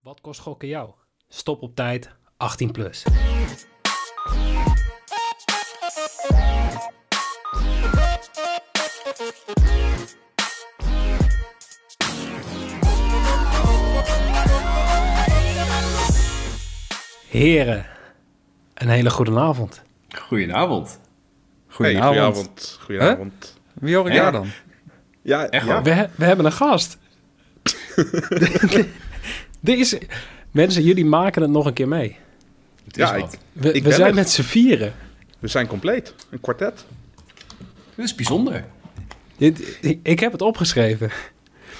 Wat kost gokken jou? Stop op tijd, 18 plus. Heren, een hele goede avond. Goedenavond. Goedenavond. Hey, goedenavond. Goedenavond. Wie hoor ik Ja. daar dan? Ja, Echt ja. waar? We, he- we hebben een gast. Dit is, mensen, jullie maken het nog een keer mee. Het is Ja, wat. ik, We, we ben zijn er. met z'n vieren. we zijn compleet. Een kwartet. Dat is bijzonder. Dit- ik, ik heb het opgeschreven.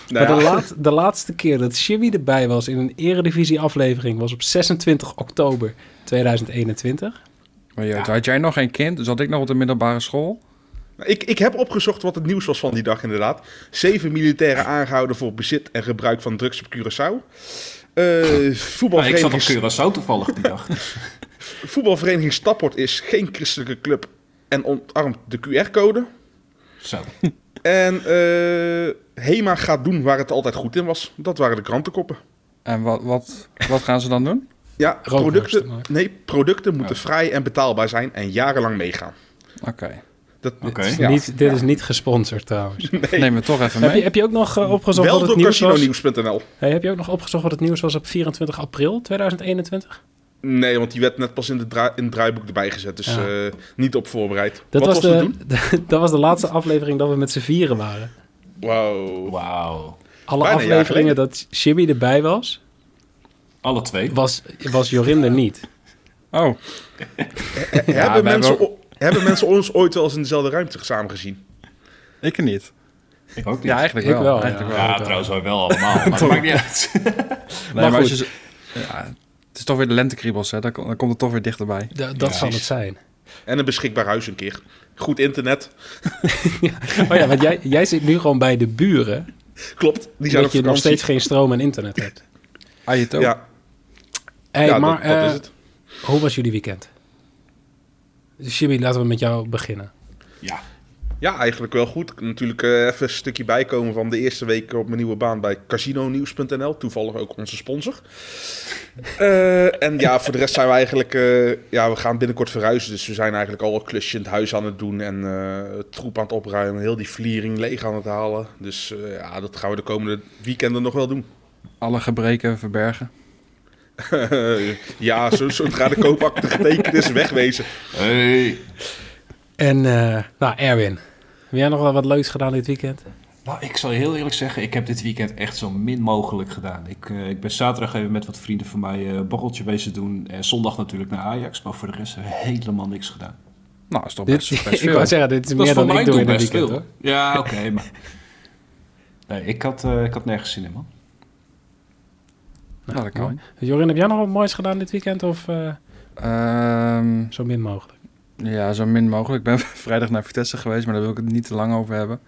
Nou maar de, ja, laat, de laatste keer dat Jimmy erbij was in een eredivisie-aflevering was op 26 oktober 2021. Maar joh, had jij nog geen kind? Zat ik nog op de middelbare school? ik, ik heb opgezocht wat het nieuws was van die dag inderdaad. Zeven militairen aangehouden voor bezit en gebruik van drugs op Curaçao. Eh, Maar Ah, ik zat op voetbalvereniging, Curaçao toevallig die dag. voetbalvereniging Stapport is geen christelijke club en ontarmt de QR-code. Zo. En eh, Hema gaat doen waar het altijd goed in was. Dat waren de krantenkoppen. En wat, wat, wat gaan ze dan doen? Ja, Rookworsten producten, maken. nee, producten moeten Oh. vrij en betaalbaar zijn en jarenlang meegaan. Oké. Dat, Oké. Dit is Ja. niet, dit is niet gesponsord trouwens. Neem me toch even Heb, je, mee. heb je ook nog eh, opgezocht Wel wat het door nieuws was? casinonieuws.nl. Hey, heb je ook nog opgezocht wat het nieuws was op 24 april 2021? Nee, want die werd net pas in, de dra- in het draaiboek erbij gezet. Dus Ja. eh, niet op voorbereid. Dat Wat was, het de, toen? dat was de laatste aflevering dat we met z'n vieren waren. Wow. Wauw. Alle Bijna een jaar afleveringen dat Jimmy erbij was, Alle twee. was, was Jorin er niet. Oh, hebben, wij mensen, hebben o- hebben mensen ons ooit wel eens in dezelfde ruimte samen gezien? ik niet. Ik ook niet. Ja, Ja, eigenlijk Ik wel. wel, eigenlijk ja. wel. trouwens wij wel allemaal. Maar het maakt niet uit. Nee, Maar maar goed. als je ze- ja, het is toch weer de lentekriebels, hè? Dan, kom- dan komt het toch weer dichterbij. Da- dat Ja. zal het zijn. En een beschikbaar huis een keer. Goed internet. Oh ja, want jij, jij zit nu gewoon bij de buren. Klopt, die zijn op dat je nog vakantie. steeds geen stroom en internet hebt. Ajeto. Ja. Ja, Hey, ja, maar dat, dat eh, is het. hoe was jullie weekend? Jimmy, laten we met jou beginnen. Ja. Ja, eigenlijk wel goed. Natuurlijk eh, even een stukje bijkomen van de eerste week op mijn nieuwe baan bij casinonieuws.nl. Toevallig ook onze sponsor. Eh, en ja, voor de rest zijn we eigenlijk... eh, ja, we gaan binnenkort verhuizen. Dus we zijn eigenlijk al een klusje in het huis aan het doen. En eh, het troep aan het opruimen. Heel die vliering leeg aan het halen. Dus eh, ja, dat gaan we de komende weekenden nog wel doen. Alle gebreken verbergen. ja, zo- zodra de koopakte getekend is, wegwezen. Hey. En, eh, nou, Erwin, heb jij nog wel wat leuks gedaan dit Oh, weekend? Nou, ik zal je heel eerlijk zeggen, ik heb dit weekend echt zo min mogelijk gedaan. Ik, eh, ik ben zaterdag even met wat vrienden van mij eh, een borreltje bezig doen. En zondag natuurlijk naar Ajax. Maar voor de rest hebben we helemaal niks gedaan. Nou, is toch Dit, best, best ik veel. wou zeggen, dit is meer voor dan ik doe in een weekend. veel. Hoor. Ja, oké, maar... Nee, ik had, eh, ik had nergens zin in, man. Nou, dat kan. mooi. Jorin, heb jij nog wat moois gedaan dit weekend of eh, Ehm, zo min mogelijk? ja, zo min mogelijk. Ik ben vrijdag naar Vitesse geweest, maar daar wil ik het niet te lang over hebben.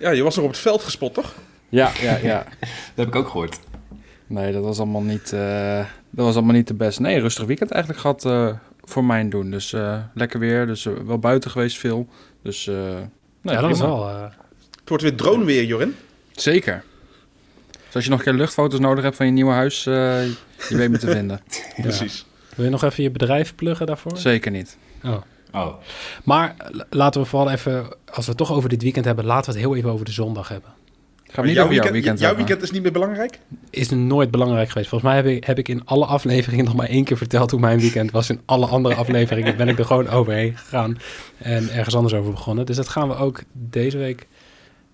Ja, je was nog op het veld gespot, toch? Ja, ja, ja. Dat heb ik ook gehoord. Nee, dat was allemaal niet, eh, dat was allemaal niet de best. Nee, een rustig weekend eigenlijk gehad eh, voor mijn doen. Dus eh, lekker weer, dus eh, wel buiten geweest veel. Dus eh, nee, ja, dat is prima. wel. eh, Het wordt weer drone weer, Jorin. Zeker. Dus als je nog een keer luchtfoto's nodig hebt van je nieuwe huis, eh, je weet me te vinden. Precies. wil je nog even je bedrijf pluggen daarvoor? Zeker niet. Oh. Oh, Maar eh, laten we vooral even, als we het toch over dit weekend hebben, laten we het heel even over de zondag hebben. Gaan we niet jouw over weekend, jouw weekend jouw hebben. weekend is niet meer belangrijk? is nooit belangrijk geweest. Volgens mij heb ik, heb ik in alle afleveringen nog maar één keer verteld hoe mijn weekend was. In alle andere afleveringen ben ik er gewoon overheen gegaan en ergens anders over begonnen. Dus dat gaan we ook deze week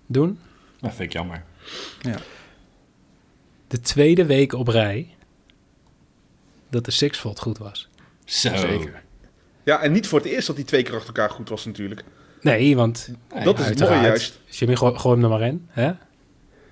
doen. dat vind ik jammer. De tweede week op rij dat de Sixfold goed was. Zo. Zeker. Ja, en niet voor het eerst dat hij twee keer achter elkaar goed was natuurlijk. Nee, want Nee, dat is het mooie uiteraard. juist. Jimmy, gooi, gooi hem er maar in. Hè?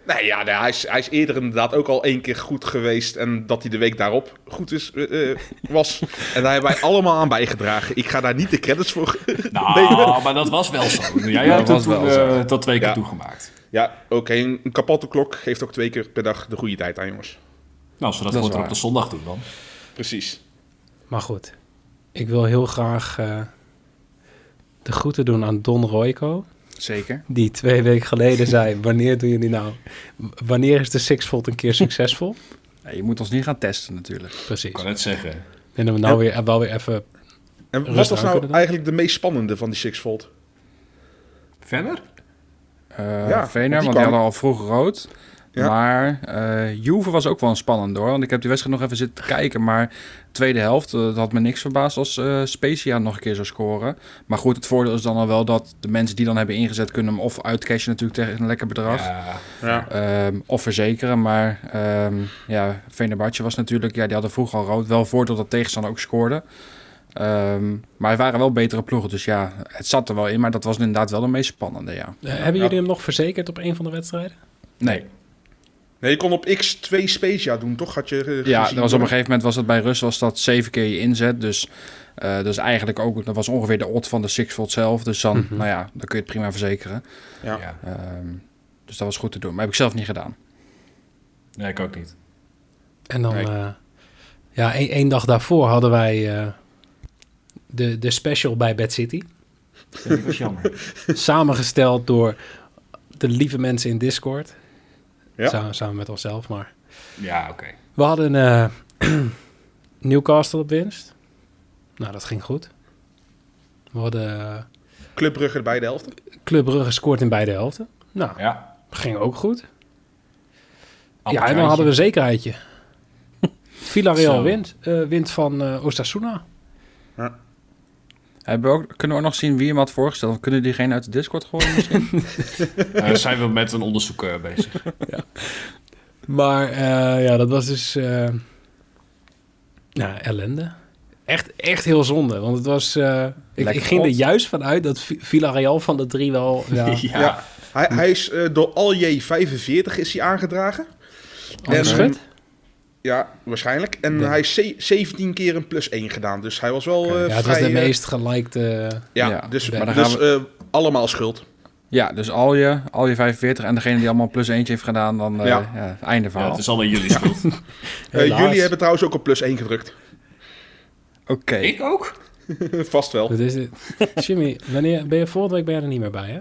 Nou ja, nou, hij, is, hij is eerder inderdaad ook al één keer goed geweest. En dat hij de week daarop goed is, eh, eh, was. En daar hebben wij allemaal aan bijgedragen. Ik ga daar niet de credits voor. Nou, maar dat was wel zo. Jij Dat hebt dat, was wel toen, zo. eh, dat twee keer Ja. toegemaakt. Ja, oké. een een kapotte klok geeft ook twee keer per dag de goede tijd aan, jongens. Nou, als we dat, Dat is voortaan op waar. de zondag doen dan. Precies. Maar goed, ik wil heel graag eh, de groeten doen aan Don Royko. Zeker. die twee weken geleden zei: Wanneer doen jullie nou? w- Wanneer is de Sixfold een keer succesvol? Ja, je moet ons niet gaan testen natuurlijk. Precies. Ik kan het zeggen. Ik denk dat we nou weer, wel weer even... En wat Rustig was aan nou kunnen doen. eigenlijk de meest spannende van die Sixfold? Verder? Eh Ja, Vener, die want kan. die hadden al vroeg rood. Ja. Maar eh Juve was ook wel een spannend hoor. Want ik heb die wedstrijd nog even zitten kijken. Maar tweede helft, eh, dat had me niks verbaasd als eh Specia nog een keer zou scoren. Maar goed, het voordeel is dan al wel dat de mensen die dan hebben ingezet... kunnen hem of uitcashen natuurlijk tegen een lekker bedrag. Ja. Ja. Ehm, of verzekeren, maar ehm ja, Venerbatje was natuurlijk, ja, die hadden vroeg al rood. Wel voordeel dat tegenstander ook scoorde. Ehm, maar het waren wel betere ploegen, dus ja, het zat er wel in. Maar dat was inderdaad wel de meest spannende, ja. Eh, hebben jullie hem nog verzekerd op een van de wedstrijden? Nee, Nee, je kon op X2 Specia doen, toch? Had je eh, ja, gezien? dat was op een gegeven moment was dat bij Rus was dat zeven keer je inzet. Dus eh, dat is eigenlijk ook, dat was ongeveer de odd van de Sixfold zelf. Dus dan, nou ja, dan kun je het prima verzekeren. Ja. Ja. Ehm, dus dat was goed te doen, maar heb ik zelf niet gedaan. Nee, ik ook niet. En dan, Nee. eh, ja, één, één dag daarvoor hadden wij eh, de, de special bij Bad City. Dat is jammer. samengesteld door de lieve mensen in Discord. Ja. Samen, samen met onszelf, maar... Ja, oké. We hadden eh, Newcastle op winst. Nou, dat ging goed. We hadden eh, Club Brugge bij de helft. Club Brugge scoort in beide helften. Nou, Ja. ging ook goed. ja, en Appeltje. dan hadden we een zekerheidje. Villarreal Zo. wint. eh, wint van eh Osasuna. Hebben we ook, kunnen we ook nog zien wie hem had voorgesteld? Of Kunnen we diegene uit de Discord gooien misschien? Eh, zijn we met een onderzoek eh, bezig. Maar eh, ja, dat was dus... eh nou, ellende. Echt, echt heel zonde, want het was... eh, ik, Lekker ik ging er pot. juist van uit dat Vi- Villarreal van de drie wel... Ja, Ja. Hij, hij is eh, door Alje 45 is hij aangedragen. anders En, goed. Ja, waarschijnlijk. En Ja. hij is ze- 17 keer een plus 1 gedaan. Dus hij was wel eh, ja, het was vrij... de eh, meest gelikte... ja, Ja, dus, maar dan dus gaan eh, allemaal schuld. Ja, dus al je, al je 45 en degene die allemaal plus eentje heeft gedaan, dan eh, Ja. ja. einde Ja, dus- verhaal. het is allemaal jullie schuld. Eh, Helaas. jullie hebben trouwens ook een plus 1 gedrukt. Oké. Ik ook? Vast wel. Wat is dit? Jimmy, wanneer, ben je, volgende week ben je er niet meer bij, hè?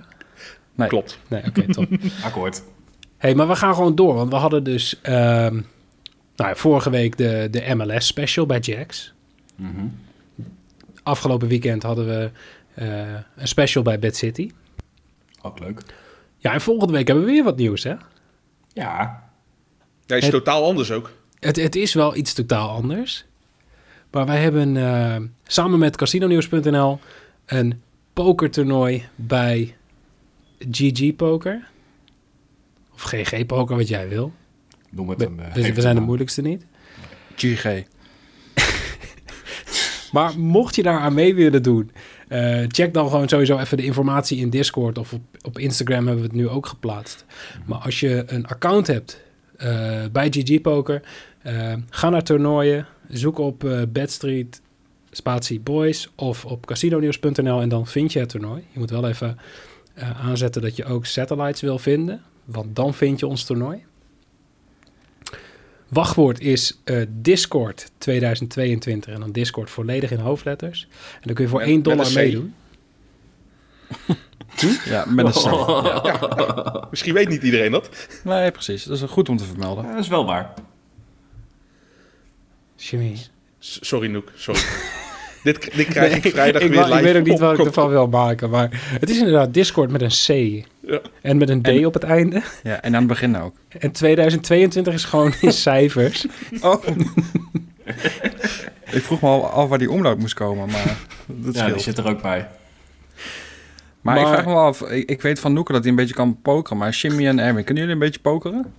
Nee. Klopt. Nee, oké, top. Akkoord. hey, maar we gaan gewoon door, want we hadden dus... ehm, nou ja, vorige week de, de MLS special bij Jax. Mhm. Afgelopen weekend hadden we eh, een special bij Bad City. Ook leuk. Ja, en volgende week hebben we weer wat nieuws, hè? Ja. Hij is Het- totaal anders ook. Het, het is wel iets totaal anders. Maar wij hebben eh, samen met Casinonews.nl een pokertoernooi bij GG Poker. Of GG Poker, wat jij wil. Noem het We, een... eh, we- geef we het zijn de een moeilijkste niet. GG. Maar mocht je daar aan mee willen doen, eh, check dan gewoon sowieso even de informatie in Discord of op, op Instagram hebben we het nu ook geplaatst. Maar als je een account hebt eh, bij GG Poker, eh, ga naar toernooien, zoek op eh Bedstreet Spatie Boys of op casinonews.nl en dan vind je het toernooi. Je moet wel even eh, aanzetten dat je ook satellites wil vinden, want dan vind je ons toernooi. Wachtwoord is eh, Discord 2022 en dan Discord volledig in hoofdletters. En dan kun je voor Met- 1 met een dollar C. meedoen. Ja, met een C. Misschien weet niet iedereen dat. Nee, precies. Dat is goed om te vermelden. Ja, dat is wel waar. Jimmy. S- Sorry, Noek. Sorry. dit, k- dit krijg ik vrijdag ik, weer wou- live. ik weet ook niet wat ik op- ervan wil maken, maar het is inderdaad Discord met een C Ja. en met een D En- op het einde. Ja, en aan het begin ook. En 2022 is gewoon in cijfers. Oh. ik vroeg me al af waar die omloop moest komen, maar Ja, dat die dus- scheelt. zit er ook bij. maar, ik Maar- vraag me wel af, ik, ik weet van Noeke dat hij een beetje kan pokeren, maar Jimmy en Erwin, kunnen jullie een beetje pokeren?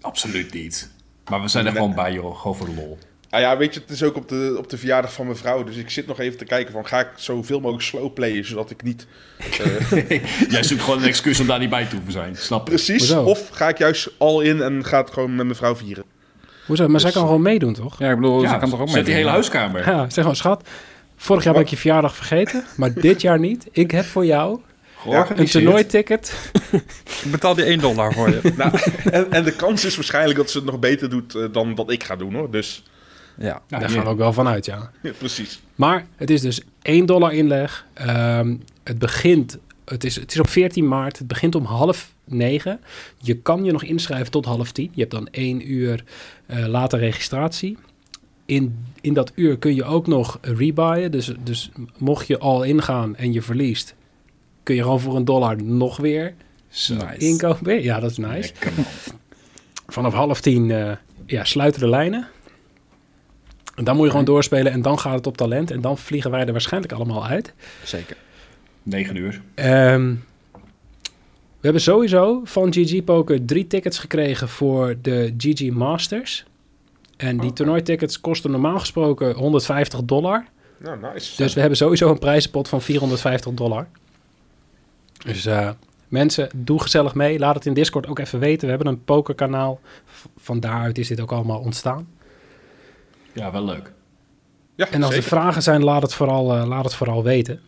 Absoluut niet. Maar we zijn er Nee. gewoon bij, joh. Gewoon voor de lol. Ah ja, weet je, het is ook op de, op de verjaardag van mijn vrouw. Dus ik zit nog even te kijken van, ga ik zoveel mogelijk slow playen, zodat ik niet... eh, Jij zoekt gewoon een excuus om daar niet bij te hoeven zijn. Snap Dus je? precies. Hoezo? Of ga ik juist al in en ga het gewoon met mijn vrouw vieren. Hoezo? Maar zij kan gewoon meedoen, toch? Ja, ik bedoel, ze Ja, kan toch ook eh, mee zet die hele huiskamer. Ja, zeg maar, schat. Vorig jaar ben ik je verjaardag vergeten, maar dit jaar niet. Ik heb voor jou een Georganiseerd. toernooiticket. Ik betaal die 1 dollar voor je. Nou, en, en de kans is waarschijnlijk dat ze het nog beter doet eh, dan wat ik ga doen, hoor. Dus, ja. Ja, Daar hier. gaan we ook wel van uit, ja. precies. Maar het is dus 1 dollar inleg. Ehm, het begint het, is, het is op 14 maart. Het begint om half negen. Je kan je nog inschrijven tot half tien. Je hebt dan één uur eh later registratie. In, in dat uur kun je ook nog rebuyen. Dus, dus mocht je al ingaan en je verliest, kun je gewoon voor een dollar nog weer Zo. Nice. inkopen. Ja, dat is nice. Lekker, man. Vanaf half tien eh, ja, sluiten de lijnen. En dan moet je gewoon doorspelen en dan gaat het op talent. En dan vliegen wij er waarschijnlijk allemaal uit. Zeker. 9 uur. Ehm, we hebben sowieso van GG Poker drie tickets gekregen voor de GG Masters. Oh, En die toernooitickets kosten normaal gesproken 150 dollar. Nou, nice. Dus we hebben sowieso een prijzenpot van 450 dollar. Dus eh, mensen, doe gezellig mee. Laat het in Discord ook even weten. We hebben een pokerkanaal. V- Van daaruit is dit ook allemaal ontstaan. Ja, wel leuk. ja, En als zeker. er vragen zijn, laat het vooral, eh, laat het vooral weten.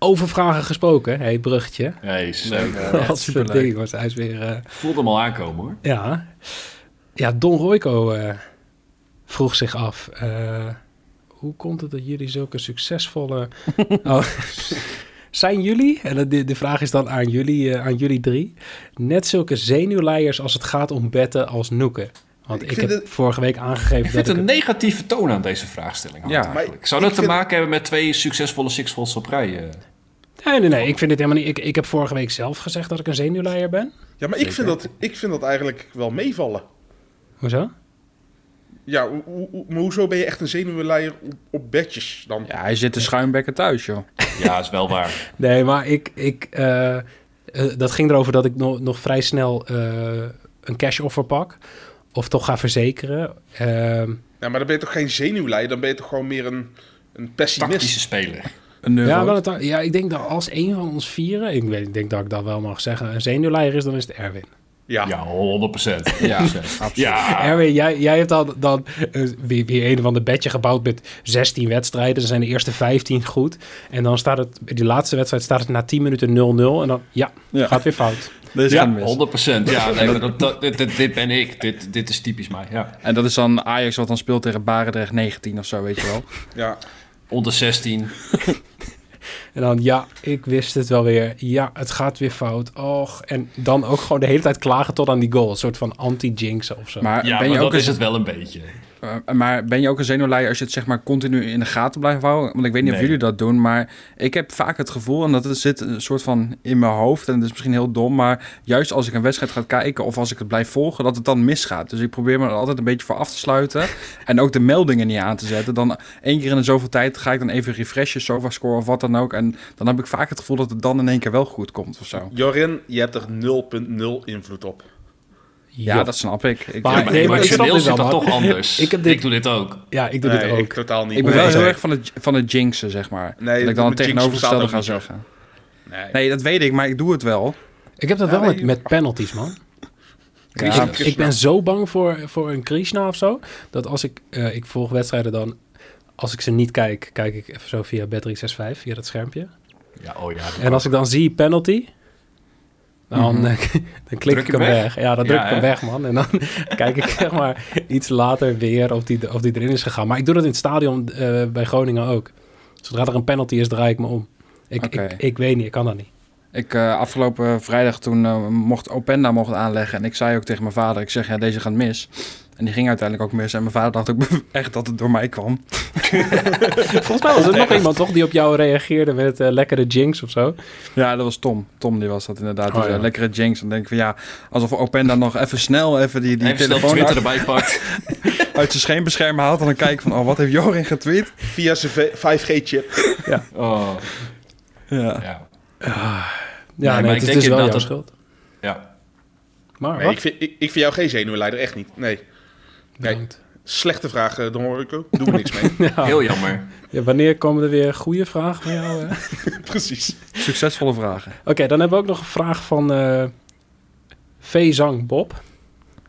Over vragen gesproken, hé, hey, bruggetje. Hey, zo. Wat super superleuk. ding was. Hij is weer. eh, Voelde hem al aankomen hoor. ja. ja, Don Royko eh, vroeg zich af. eh, hoe komt het dat jullie zulke succesvolle. Oh, zijn jullie, en dat- de, de vraag is dan aan jullie, eh, aan jullie drie, net zulke zenuwleiers als het gaat om betten als Noeken? Want Ik ik, vind heb het- vorige week Ik aangegeven vind dat ik een het- negatieve toon aan deze vraagstelling. hangt Ja. eigenlijk. Maar Zou dat ik te vind- maken hebben met twee succesvolle Six Folds op rij? eh? Nee, nee, nee, ik vind dit helemaal niet... Ik, ik heb vorige week zelf gezegd dat ik een zenuwleier ben. Ja, maar ik vind, dat, ik vind dat eigenlijk wel meevallen. Hoezo? Ja, hoe- hoe- hoe- maar hoezo ben je echt een zenuwleier op, op bedjes dan? Ja, hij zit de schuimbekken thuis, joh. Ja, is wel waar. Nee, maar ik, ik, eh, eh, dat ging erover dat ik nog nog vrij snel eh, een cash offer pak. Of toch ga verzekeren. Ehm, Ja, maar dan ben je toch geen zenuwleier, dan ben je toch gewoon meer een, een Tactische pessimist. speler. Een neuro. ja, wel het- ja, ik denk dat als één van ons vieren, ik weet, ik denk dat ik dat wel mag zeggen, een zenuwleier is, dan is het Erwin. Ja. Ja, 100 procent. Ja, Ja, Erwin, jij, jij hebt dan, dan eh, weer, weer een of ander bedje gebouwd met 16 wedstrijden. Dan zijn de eerste 15 goed. En dan staat het, die laatste wedstrijd staat het na 10 minuten 0-0. En dan, ja, Ja. gaat weer fout. dat is geen ja mis. 100 procent. Ja, nee, maar dat, dat- dit, dit- dit ben ik. Dit, dit is typisch mij. Ja. En dat is dan Ajax wat dan speelt tegen Barendrecht 19 of zo, weet je wel. Ja. Onder 16. En dan, ja, ik wist het wel weer. Ja, het gaat weer fout. Och. En dan ook gewoon de hele tijd klagen tot aan die goal. Een soort van anti-jinxen of zo. Maar, Ja, ben, maar je dat ook een, is het wel een beetje. eh, maar ben je ook een zenuwleier als je het zeg maar continu in de gaten blijft houden? Want ik weet niet of Nee. jullie dat doen, maar ik heb vaak het gevoel, en dat is- zit een soort van in mijn hoofd, en dat is misschien heel dom, maar juist als ik een wedstrijd ga kijken of als ik het blijf volgen, dat het dan misgaat. Dus ik probeer me er altijd een beetje voor af te sluiten en ook de meldingen niet aan te zetten. Dan één keer in de zoveel tijd ga ik dan even refreshen, sofa score of wat dan ook. En dan heb ik vaak het gevoel dat het dan in één keer wel goed komt of zo. Jorin, je hebt er 0.0 invloed op. Ja, Joh. dat snap ik. ik Maar- Ja, ik- maar nee, maar ik snap emotioneel dit zit dat allemaal. toch anders. Ik Ik, heb dit- doe dit ook. ja, ik doe Nee, dit ook. ik totaal niet. Ik ben wel Nee. heel erg van het, van het jinxen, zeg maar. Nee, dat ik dan met het tegenovergestelde jinxen ga bestaat ook zeggen. Nee. Nee, dat weet ik, maar ik doe het wel. Ik heb dat wel nee, met, je- met penalties, man. Krishna, ik, Krishna. ik ben zo bang voor, voor een Krishna of zo. Dat als ik, eh, ik volg wedstrijden dan, als ik ze niet kijk, kijk ik even zo via Bet365, via dat schermpje. Ja, oh ja. En als ik dan zie penalty, dan, eh, dan klik Mhm. Druk ik je hem hem weg. Ja, dan druk Ja, ik hem hè? weg, man. En dan kijk ik zeg maar iets later weer of die, of die erin is gegaan. Maar ik doe dat in het stadion eh, bij Groningen ook. Zodra er een penalty is, draai ik me om. Ik, Oké. ik, ik weet niet, ik kan dat niet. Ik, eh, afgelopen vrijdag toen eh, mocht Openda mocht aanleggen. En ik zei ook tegen mijn vader, ik zeg, ja, deze gaat mis. En die ging uiteindelijk ook mis. En mijn vader dacht ook echt dat het door mij kwam. Volgens mij was er nog iemand toch die op jou reageerde met eh, lekkere jinx of zo. Ja, dat was Tom. Tom die was dat inderdaad. Oh, Die, eh, ja. lekkere jinx. En dan denk ik van ja, alsof Openda nog even snel even die, die Even snel telefoon Twitter uit, erbij pakt. uit zijn scheenbescherm haalt. En dan kijk ik van, oh, wat heeft Jorin getweet? Via zijn 5G-chip. Oh, Ja. ja. Ja, nee, maar het ik is denk dus wel inderdaad jouw dat- schuld. ja. Maar Nee, wat? ik, vind, ik, ik vind jou geen zenuwleider, echt niet. Nee. Bedankt. Slechte vraag, eh, Don Horko. Doe er niks mee. Heel jammer. Ja, wanneer komen er weer goede vragen van jou? eh? Precies. Succesvolle vragen. Oké, dan hebben we ook nog een vraag van eh Vezang Bob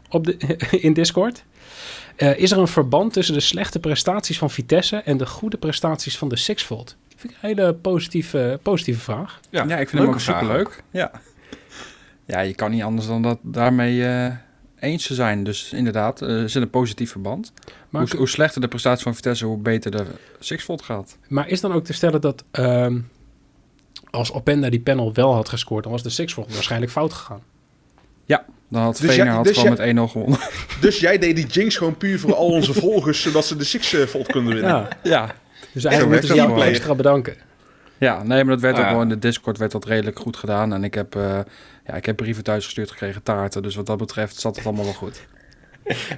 op de, in Discord. Eh, is er een verband tussen de slechte prestaties van Vitesse en de goede prestaties van de Sixfold? Vind ik een hele positieve, positieve vraag. Ja, ik vind hem leuke ook vraag superleuk. Ja. ja, je kan niet anders dan dat daarmee eh, eens te zijn. Dus inderdaad, eh, er zit een positief verband. Maar, hoe, hoe slechter de prestatie van Vitesse, hoe beter de Sixfold gaat. maar is dan ook te stellen dat ehm, als Openda die panel wel had gescoord, dan was de Sixfold waarschijnlijk fout gegaan. Dan had Dus Veener jij- had dus gewoon jij- met 1-0 gewonnen. Dus jij deed die jinx gewoon puur voor al onze volgers, zodat ze de Six eh, Volt kunnen winnen. Ja. ja. Dus werkt eigenlijk moeten dat ze jou wel. extra bedanken. ja, nee, maar dat werd Ah, ook ja. wel in de Discord werd dat redelijk goed gedaan. En ik heb, eh, ja, ik heb brieven thuis gestuurd gekregen, taarten. Dus wat dat betreft zat het allemaal wel goed.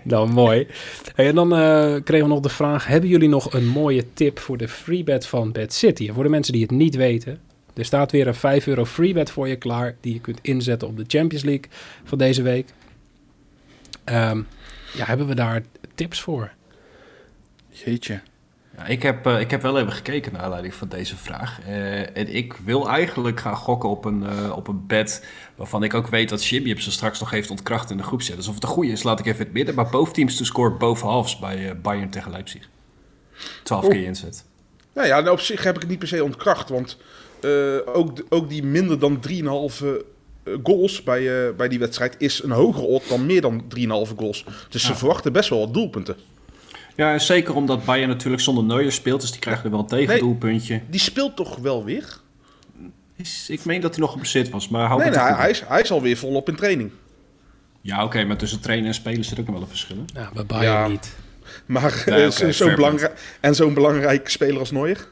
Nou, mooi. Hey, en dan eh, kregen we nog de vraag: hebben jullie nog een mooie tip voor de freebet van Bad City? En voor de mensen die het niet weten, er staat weer een 5 euro freebet voor je klaar, die je kunt inzetten op de Champions League van deze week. Ehm, ja, hebben we daar tips voor? Jeetje. Ja, ik, heb, eh, ik heb wel even gekeken naar aanleiding van deze vraag. Eh, en ik wil eigenlijk gaan gokken op een, eh, op een bed waarvan ik ook weet dat Jimmy hem ze straks nog heeft ontkracht in de groep zet. Dus of het een goede is, laat ik even in het midden. Maar boventeams te scoren boven halves bij eh, Bayern tegen Leipzig. 12 keer inzet. Nou ja, nou, op zich heb ik het niet per se ontkracht. Want eh, ook, d- ook die minder dan 3,5 eh, goals bij, eh, bij die wedstrijd is een hogere odd dan meer dan 3,5 goals. Dus ze verwachten best wel wat doelpunten. Ja, en zeker omdat Bayern natuurlijk zonder Neuer speelt. Dus die krijgen er wel een tegendoelpuntje. Die speelt toch wel weer? Is- Ik meen dat hij nog geblesseerd was, maar hou nee, me nee, te hij, Oh, goed. hij is, hij is alweer volop in training. Ja, oké, maar tussen trainen en spelen zit ook nog wel een verschil. hè? Nou, bij Bayern Ja. niet. Maar Ja, eh, oké, zo- fair zo'n point. belangrij- en zo'n belangrijke speler als Neuer.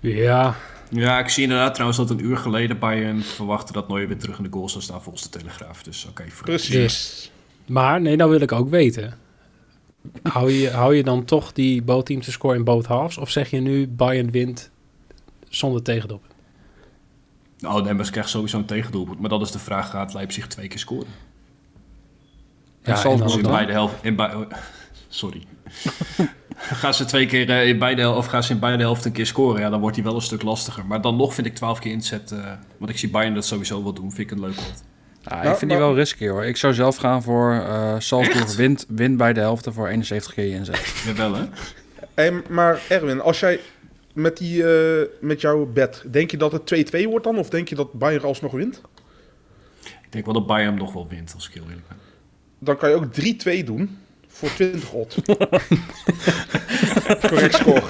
Ja, Ja, ik zie inderdaad trouwens dat een uur geleden Bayern verwachtte dat Neuer weer terug in de goal zou staan volgens de Telegraaf. Dus oké, voor- Precies. Dus. maar nee, nou wil ik ook weten. Hou je, hou je dan toch die both teams te scoren in both halves? Of zeg je nu Bayern wint zonder tegendop? Nou, Dembers krijgt sowieso een tegendoelpunt. Maar dat is de vraag, gaat Leipzig twee keer scoren? Ja, Salzburg en Dus dan- in beide helft... In bij- oh, sorry. gaan ze twee keer eh, in beide helft... Of gaan ze in beide helft een keer scoren? Ja, dan wordt hij wel een stuk lastiger. Maar dan nog vind ik 12 keer inzet... eh, want ik zie Bayern dat sowieso wel doen. Vind ik een leuk wat. Ja, Nou, ik vind die maar- wel risky hoor. Ik zou zelf gaan voor eh Salzburg wint, wint bij de helft en voor 71 keer je inzet. Jawel, hè? Hey, maar Erwin, als jij met, die, eh, met jouw bed, denk je dat het 2-2 wordt dan? Of denk je dat Bayern alsnog wint? Ik denk wel dat Bayern hem nog wel wint, als ik heel eerlijk ben. Dan kan je ook 3-2 doen voor 20 odd. Correct score.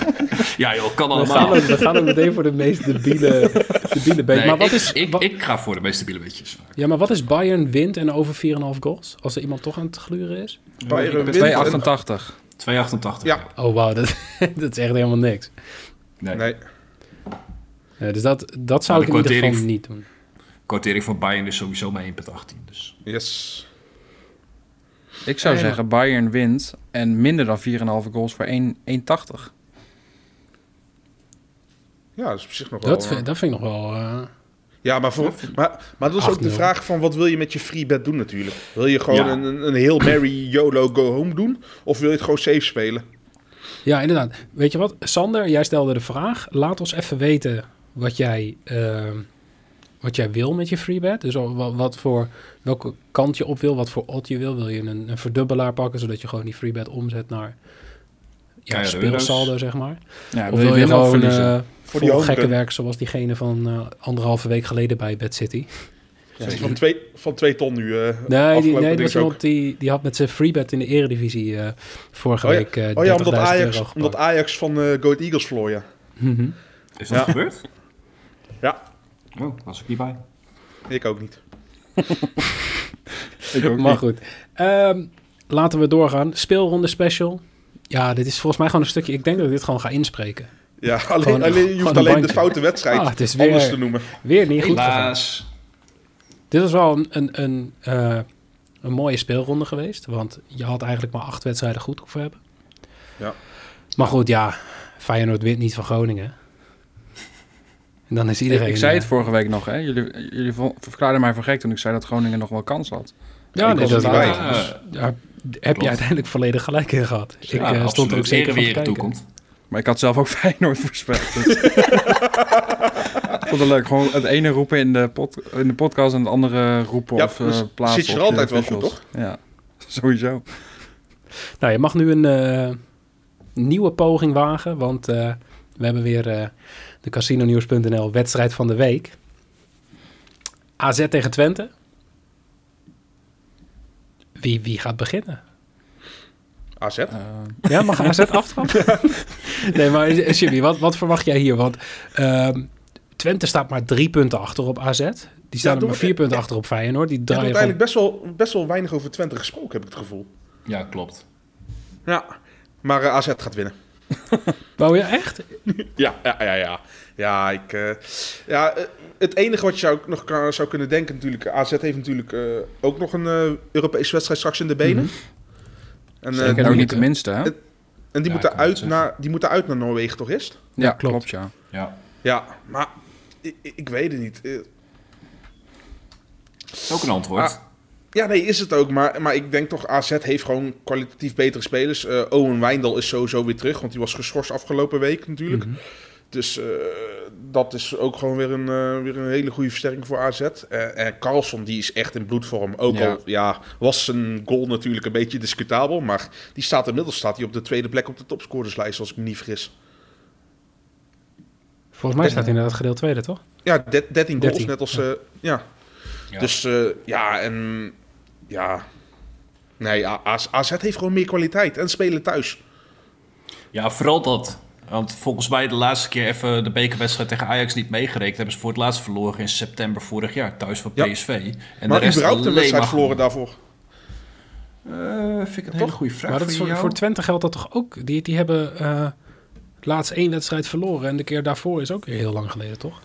Ja joh, kan We allemaal. gaan, hem, we gaan hem meteen voor de meest debiele, debiele beet. Nee, maar wat ik, is, ik, wa- ik ga voor de meest stabiele weetjes. ja, maar wat is Bayern wint en over 4,5 goals? Als er iemand toch aan het gluren is? Bayern Ik ben wint. 288. 2,88. Ja. Oh, wauw, dat, dat is echt helemaal niks. Nee. Nee. Ja, dus dat, dat zou Maar ik de in ieder geval quotering- niet doen. Quotering van Bayern is sowieso maar 1,18. Dus. Yes. Ik zou Ja, ja. zeggen Bayern wint en minder dan 4,5 goals voor 1 1,80. Ja, dat is op zich nog Dat wel... vind, dat vind ik nog wel... eh, Ja, maar, voor, maar, maar dat is ook de 8-0. vraag van wat wil je met je free bet doen natuurlijk. Wil je gewoon Ja. een, een, een heel Mary YOLO go home doen? Of wil je het gewoon safe spelen? Ja, inderdaad. Weet je wat, Sander, jij stelde de vraag. Laat ons even weten wat jij, ehm, wat jij wil met je freebet. Dus al- wat, wat voor, welke kant je op wil, wat voor odd je wil. Wil je een, een verdubbelaar pakken, zodat je gewoon die freebet omzet naar ja, Keiharde speelsaldo, zeg maar. Ja, Of wil je winnen of gewoon verliezen? eh voor die home gekke run. werk zoals diegene van eh, anderhalve week geleden bij Bad City? Dat is van, twee, van twee ton nu. eh, Nee, die, afgelopen nee dat was ding ook. iemand die, die had met zijn freebet in de eredivisie eh, vorige Oh ja. week eh Oh ja, 30.000 omdat euro Ajax, gepakt. omdat Ajax van eh Goat Eagles verloor, ja. Mhm. Is dat Ja. gebeurd? Ja. Oh, was ik niet bij. Ik ook niet. Maar goed. Ehm, laten we doorgaan. Speelronde special. Ja, dit is volgens mij gewoon een stukje. Ik denk dat ik dit gewoon ga inspreken. Ja, alleen, Gewoon- alleen, je gewoon hoeft een alleen de bandje. foute wedstrijd Ah, het is weer- anders te noemen. Weer niet goed. gegaan. Helaas. Dit was wel een, een, een, eh, een mooie speelronde geweest. Want je had eigenlijk maar acht wedstrijden goed hoeven hebben. Ja. Maar goed, ja. Feyenoord wint niet van Groningen. En dan is iedereen... ik zei het eh, vorige week nog, hè? Jullie, jullie vo- verklaarden mij voor gek toen ik zei dat Groningen nog wel kans had. Ja, Ik nee, was dat er daar niet Ja, daar heb je uiteindelijk volledig gelijk in gehad. Ik eh, stond er ook zeker van te weer kijken. toekomt. Maar ik had zelf ook Feyenoord voorspeld. Dus. Ik vond het leuk. Gewoon het ene roepen in de, pod, in de podcast en het andere roepen Ja, of eh, dus plaatsen. zit je er op altijd wel officials. goed, Ja, sowieso. Nou, je mag nu een eh, nieuwe poging wagen, want eh, we hebben weer eh de casinonews.nl wedstrijd van de week. AZ tegen Twente. Wie, wie gaat beginnen? AZ. Eh, Ja, mag AZ aftrappen? nee, maar eh, Jimmy, wat, wat verwacht jij hier? Want ehm, Twente staat maar drie punten achter op AZ. Die staan er doe maar het- vier punten achter op Feyenoord. Die Er wordt draaien eigenlijk gewoon... best wel, best wel weinig over Twente gesproken, heb ik het gevoel. Ja, klopt. Ja, maar eh, AZ gaat winnen. Oh ja, echt? Ja, ja, ja, ja. Ja, ik, eh, ja eh, het enige wat je zou, nog kan- zou kunnen denken natuurlijk... AZ heeft natuurlijk eh, ook nog een eh, Europese wedstrijd straks in de benen. En, eh, Mhm. Zeker. En ook Nou, niet de minste, hè? Het- en die, Ja, moeten kan ik uit zeggen. naar, die moeten uit naar Noorwegen toch eerst? Ja, klopt. klopt, ja. Ja. Ja, maar ik, ik weet het niet. Eh, Dat is ook een antwoord. Ah. Ja, nee, is het ook. Maar, maar ik denk toch, AZ heeft gewoon kwalitatief betere spelers. Eh, Owen Wijndal is sowieso weer terug, want die was geschorst afgelopen week natuurlijk. Dus eh, dat is ook gewoon weer een, eh, weer een hele goede versterking voor AZ. Eh, en Carlson, die is echt in bloedvorm. Ook Ja. al ja, was zijn goal natuurlijk een beetje discutabel. Maar die staat inmiddels staat hij op de tweede plek op de topscorerslijst, als ik me niet vergis. Volgens mij staat inderdaad gedeeld tweede, toch? Ja, de- 13, goals, 13, net als... eh, ja. Ja. Dus eh, ja, en ja. Nee, ja, AZ AZ heeft gewoon meer kwaliteit en spelen thuis. Ja, vooral dat. Want volgens mij de laatste keer even de bekerwedstrijd tegen Ajax niet meegerekend. Hebben ze voor het laatst verloren in september vorig jaar thuis van Ja. PSV. En maar überhaupt alleen een wedstrijd maar- verloren daarvoor. Eh, vind ik een hele Toch? goede vraag maar dat is van voor, jou. voor Twente geldt dat toch ook? Die, die hebben eh, laatst één wedstrijd verloren. En de keer daarvoor is ook weer heel lang geleden, toch?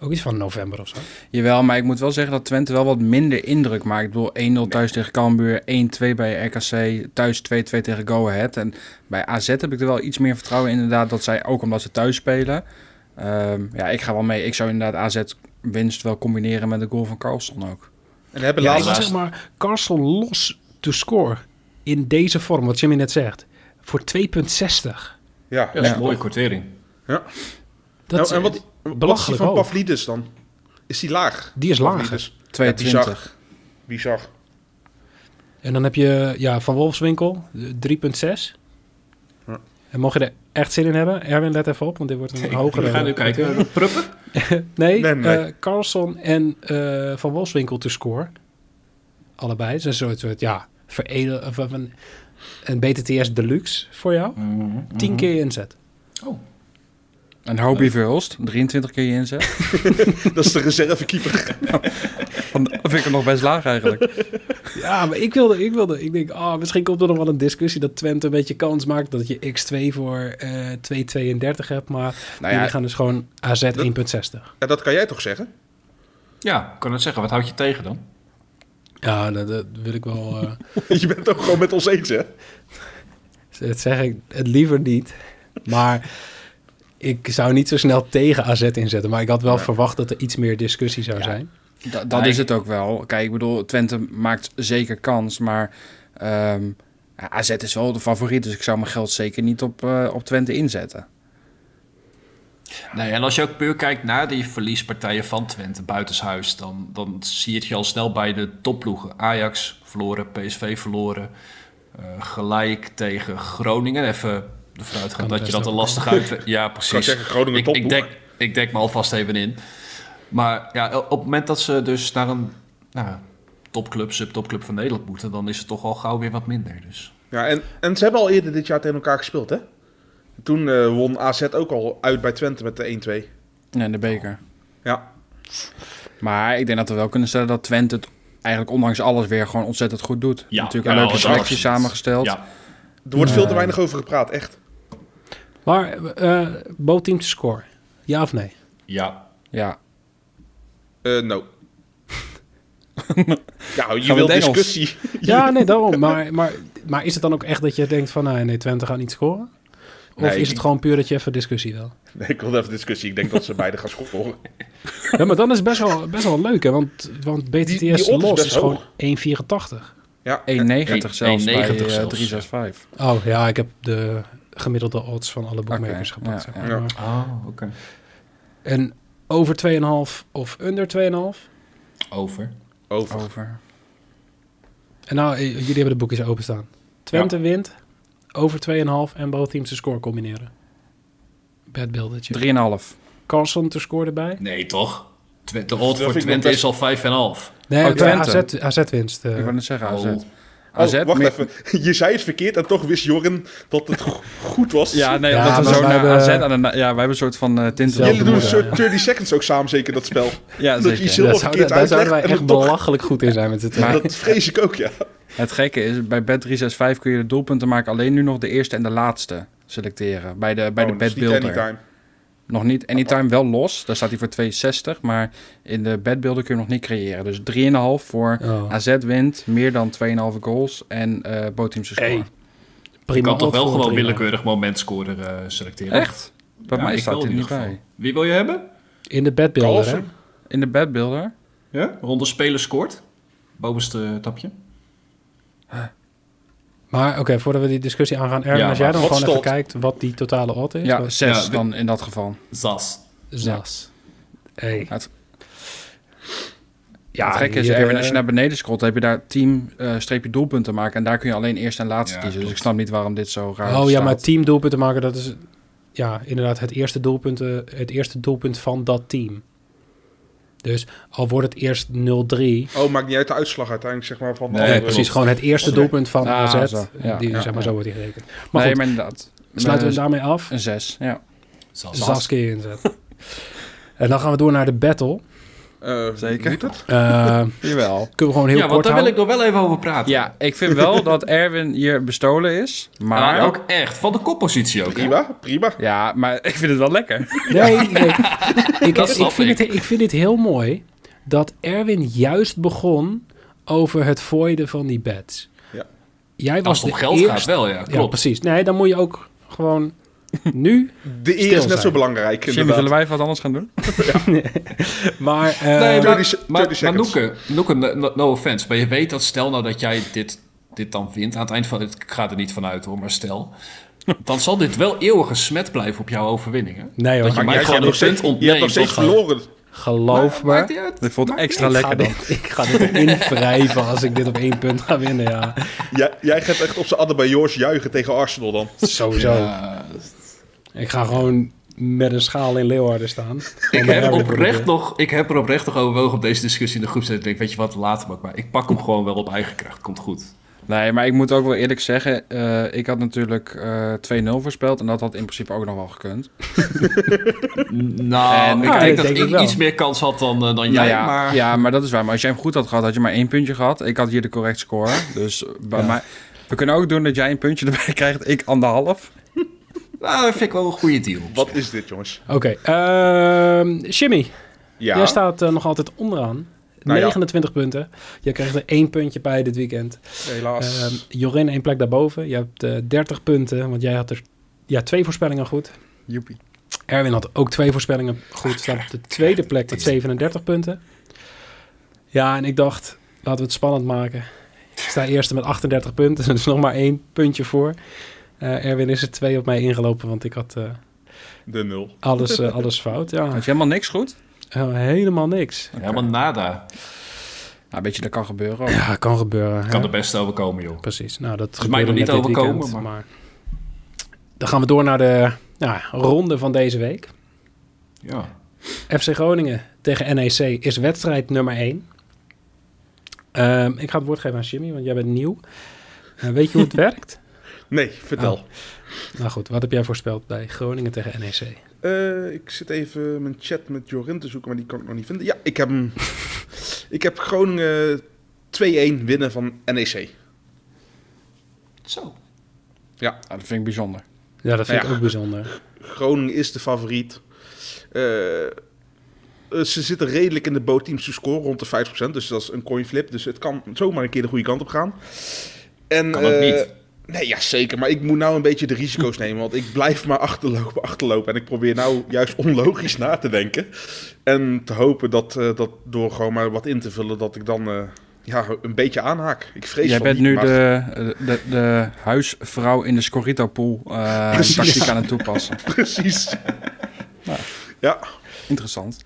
Ook iets van november of zo. Jawel, maar ik moet wel zeggen dat Twente wel wat minder indruk maakt. Ik bedoel, 1-0 thuis tegen Cambuur, 1-2 bij RKC, thuis 2-2 tegen Go Ahead. En bij AZ heb ik er wel iets meer vertrouwen in, inderdaad dat zij, ook omdat ze thuis spelen... Ehm, ja, ik ga wel mee. Ik zou inderdaad AZ winst wel combineren met de goal van Carlson ook. En hebben Ja, Ja, laatst... maar- zeg maar, Carson los to score in deze vorm, wat Jimmy net zegt, voor 2,60. Ja. Ja, dat is Ja. een mooie kortering. Dat Nou, is en wat, wat is die belachelijk van hoog. Pavlidis dan? Is die laag? Die is lager. Pavlidis. 2,20. Ja, bizar. Bizar. En dan heb je ja, Van Wolfswinkel, eh, 3,6. Ja. En mocht je er echt zin in hebben, Erwin, let even op, want dit wordt een hogere... We gaan nu kijken. Eh, Pruppen? Nee, Nee, nee. eh, Carlson en eh, Van Wolfswinkel te score. Allebei. Het is een soort, soort ja, veredel, of een, een BTTS deluxe voor jou. 10 Mhm. keer je inzet. En Hobie Verhulst, 23 keer je inzet. Dat is de reservekeeper. Van- Dat vind ik hem nog best laag eigenlijk. Ja, maar ik wilde, ik wilde, ik denk, ah, misschien komt er nog wel een discussie dat Twente een beetje kans maakt. Dat je X2 voor eh 2,32 hebt, maar Nou jullie ja, gaan dus gewoon AZ 1,60. ja, dat kan jij toch zeggen? Ja, ik kan het zeggen. Wat houd je tegen dan? Ja, dat, dat wil ik wel, eh, Je bent het ook gewoon met ons eens, hè? dat zeg ik het liever niet. Maar ik zou niet zo snel tegen AZ inzetten. Maar ik had wel verwacht dat er iets meer discussie zou zijn. da- dat Maar is ik- het ook wel. Kijk, ik bedoel, Twente maakt zeker kans, maar ehm, ja, AZ is wel de favoriet. Dus ik zou mijn geld zeker niet op, eh, op Twente inzetten. Nee, en als je ook puur kijkt naar die verliespartijen van Twente buitenshuis, dan, dan zie je het je al snel bij de topploegen. Ajax verloren, PSV verloren, eh, gelijk tegen Groningen. Even ervan uitgaan dat best je dat ook. een lastig uit... Ja, precies. Ik zeggen, Groningen ik, ik, topploeg. dek, ik dek me alvast even in. Maar ja, op het moment dat ze dus naar een nou, topclub, subtopclub van Nederland moeten, dan is het toch al gauw weer wat minder. Dus. Ja, en, en ze hebben al eerder dit jaar tegen elkaar gespeeld, hè? Toen eh, won AZ ook al uit bij Twente met de 1-2. Nee, de beker. Ja. Maar ik denk dat we wel kunnen stellen dat Twente het eigenlijk ondanks alles weer gewoon ontzettend goed doet. Ja, Natuurlijk ja, een leuke alles, selectie alles. samengesteld. Ja, Er wordt veel te weinig over gepraat, echt. Maar eh Bo-team te score. Ja of nee? ja, Ja. Eh no. ja, je Gaan we wil het Engels? discussie. Ja, nee, daarom. Maar, maar, maar is het dan ook echt dat je denkt van, nou, nee, Twente gaat niet scoren? Of Nee, is ik- het gewoon puur dat je even discussie wil? Nee, ik wilde even discussie. Ik denk dat ze beide gaan scoren. Ja, maar dan is het best wel, best wel leuk, hè? Want, want BTTS Die- die odd is los best is gewoon hoog. 1,84. Ja. 1,90 zelfs 1,90 bij eh, zelfs. 365. Oh, ja, ik heb de gemiddelde odds van alle boekmakers Oké, gepakt. ja, zeg maar. ja. Maar- Ah, Oh, oké. En over 2,5 of under 2,5? Over. Over. Over. En nou, eh, jullie hebben de boekjes openstaan. Twente wint, over 2,5 en both teams te score combineren. Bad beeldetje. 3,5. Carlson te score erbij. Nee, toch? Twe- de Dat odd voor vind ik Twente nog is al 5,5. Nee, Oh, de Twente. AZ, AZ winst. eh. Ik wou net zeggen, AZ. Oh. AZ... Oh, wacht meer- even. Je zei het verkeerd en toch wist Jorren dat het go- goed was. Ja, nee, Ja, omdat we maar zo wij naar hebben- AZ aan de na- Ja, wij hebben een soort van eh tint. Zelfde Jullie doen een moeder, soort 30 seconds ook samen, zeker dat spel. Ja, dat je zeker. zilver Daar zouden, daar verkeerd zouden uitlegt wij en echt het toch... belachelijk goed in zijn met eh, z'n tweeën. Maar- Dat vrees ik ook, ja. Het gekke is, bij Bet365 kun je de doelpunten maken alleen nu nog de eerste en de laatste selecteren. Bij de, bij Oh, de dat is Bet niet Builder. anytime. Ah, oh. Nog niet. Anytime wel los. Daar staat hij voor 260. Maar in de bedbeelden kun je hem nog niet creëren. Dus 3,5 voor Oh. AZ wint. Meer dan 2,5 goals. En eh bootteams score. Hey, Je prima kan toch wel opvoering. gewoon willekeurig moment scoren eh, selecteren? Echt? Bij Ja, mij ik staat wel hij in niet ieder geval. bij. Wie wil je hebben? In de bedbeelden, hè? Carlsen. In de bedbeelder? Ja? Ronde speler scoort. Bovenste tapje. Maar oké, voordat we die discussie aangaan, Erwin, Ja, als jij maar dan wat gewoon even stond? kijkt wat die totale odd is. Ja, wat- 6 Ja, dan in dat geval. Zas. Zas. Hey. Het- Ja, het gekke is, hier, Erwin, eh, als je naar beneden scrolt, heb je daar team eh, streepje doelpunten maken. En daar kun je alleen eerst en laatste Ja, kiezen. Dus klopt. ik snap niet waarom dit zo raar Oh ja, staat. maar team doelpunten maken, dat is ja, inderdaad het eerste, doelpunt, eh, het eerste doelpunt van dat team. Dus al wordt het eerst 0-3. Nee, Oh, maakt niet uit de uitslag uiteindelijk, zeg maar. Van de Nee, andere. precies. Gewoon het eerste Oké. doelpunt van Ah, AZ. zo. Ja, die, ja, zeg maar, ja. zo wordt die gerekend. Maar nee, goed, maar inderdaad. sluiten we Eh, daarmee af. Een 6, ja. Zas. Saskia inzet. en dan gaan we door naar de battle. Eh, Zeker. Moet het? Eh, Jawel. kunnen we gewoon heel Ja, want kort daar wil houden. ik nog wel even over praten. Ja, ik vind wel dat Erwin hier bestolen is. Maar, Maar Ah, ook echt. Van de koppositie ook. hè? Prima, prima. Ja, maar ik vind het wel lekker. Nee, nee. ik, Dat ik, snap vind ik. Het, ik vind het heel mooi dat Erwin juist begon over het voiden van die bets. Ja. Jij was Als het de om geld eerste... gaat wel, ja. Ja, Klopt. precies. Nee, dan moet je ook gewoon nu. De eer Stil is net zo zijn. belangrijk, Jimmy, zullen inderdaad. wij even wat anders gaan doen? Maar, eh, nee, maar, 30 maar- maar 30 seconds. Noeke, Noeke, no- no, no offense, maar je weet dat stel nou dat jij dit, dit dan wint aan het eind van... Ik ga er niet van uit hoor, maar stel... Dan zal dit wel eeuwig een smet blijven op jouw overwinningen. nee hoor, Dat je Maar mij jij gewoon gaat een nog steeds- punt Je hebt nog ontneemt. steeds of- verloren. geloof me. Maakt niet uit. Dit voelt Maakt extra ik, ga lekker dan. dit, ik ga dit invrijven als ik dit op één punt ga winnen, ja. Jij, jij gaat echt op z'n Adebayors juichen tegen Arsenal dan. Sowieso. Ja, Ik ga gewoon met een schaal in Leeuwarden staan. ik, Om Erwin heb te oprecht proberen. nog, ik heb er oprecht nog overwogen op deze discussie in de groep zitten. Ik denk, weet je wat, laat hem ook maar. Ik pak hem gewoon wel op eigen kracht. Komt goed. Nee, maar ik moet ook wel eerlijk zeggen, eh, ik had natuurlijk eh, 2-0 voorspeld en dat had in principe ook nog wel gekund. Nou, En- ik Ja, denk ik dat denk het ik wel. iets meer kans had dan, eh, dan jij. Nou ja, maar ja, maar dat is waar. Maar als jij hem goed had gehad, had je maar één puntje gehad. Ik had hier de correct score. Dus bij mij... We kunnen ook doen dat jij een puntje erbij krijgt, ik anderhalf. nou, dat vind ik wel een goede deal. Wat is dit, jongens? Oké, ehm, Jimmy, Ja, jij staat eh, nog altijd onderaan. Nou ja. 29 punten. Jij krijgt er één puntje bij dit weekend. helaas. Ehm Jorin, één plek daarboven. Je hebt eh, 30 punten, want jij had er ja, twee voorspellingen goed. Joepie. Erwin had ook twee voorspellingen goed. Staat op de tweede plek met 37 punten. Ja, en ik dacht, laten we het spannend maken. Ik sta eerste met 38 punten, dus nog maar één puntje voor. Eh, Erwin is er twee op mij ingelopen, want ik had eh, de nul. alles, eh, alles fout. Ja, Had je helemaal niks goed? Eh, helemaal niks. Helemaal nada. Nou, weet je, dat kan gebeuren. ook. Ja, kan gebeuren. hè? Kan er best overkomen, joh. Precies. Nou, dat mij gebeurde nog niet net dit overkomen, weekend, maar- Dan gaan we door naar de ja, ronde van deze week. Ja. FC Groningen tegen NEC is wedstrijd nummer 1. ik ga het woord geven aan Jimmy, want jij bent nieuw. Eh, weet je hoe het werkt? Nee, vertel. Oh. Nou goed, wat heb jij voorspeld bij Groningen tegen E NEC? Eh, ik zit even mijn chat met Jorin te zoeken, maar die kan ik nog niet vinden. Ja, ik heb hem. ik heb Groningen 2-1 winnen van E NEC. Zo. Nou, dat vind ik bijzonder. Ja, dat vind Nou ik ja. ook bijzonder. Groningen is de favoriet. Eh, eh, ze zitten redelijk in de bootteams to score, rond de 5%. Dus dat is een coinflip. Dus het kan zomaar een keer de goede kant op gaan. En, Kan ook eh, niet. Nee, ja, zeker. Maar ik moet nou een beetje de risico's nemen. Want ik blijf maar achterlopen, achterlopen. En ik probeer nou juist onlogisch na te denken. En te hopen dat, eh, dat door gewoon maar wat in te vullen, dat ik dan eh, ja, een beetje aanhaak. Ik vrees Jij van bent niet, nu maar- de, de, de huisvrouw in de Scorito-pool eh, Precies. tactiek aan het toepassen. Precies. Nou. Ja, Interessant.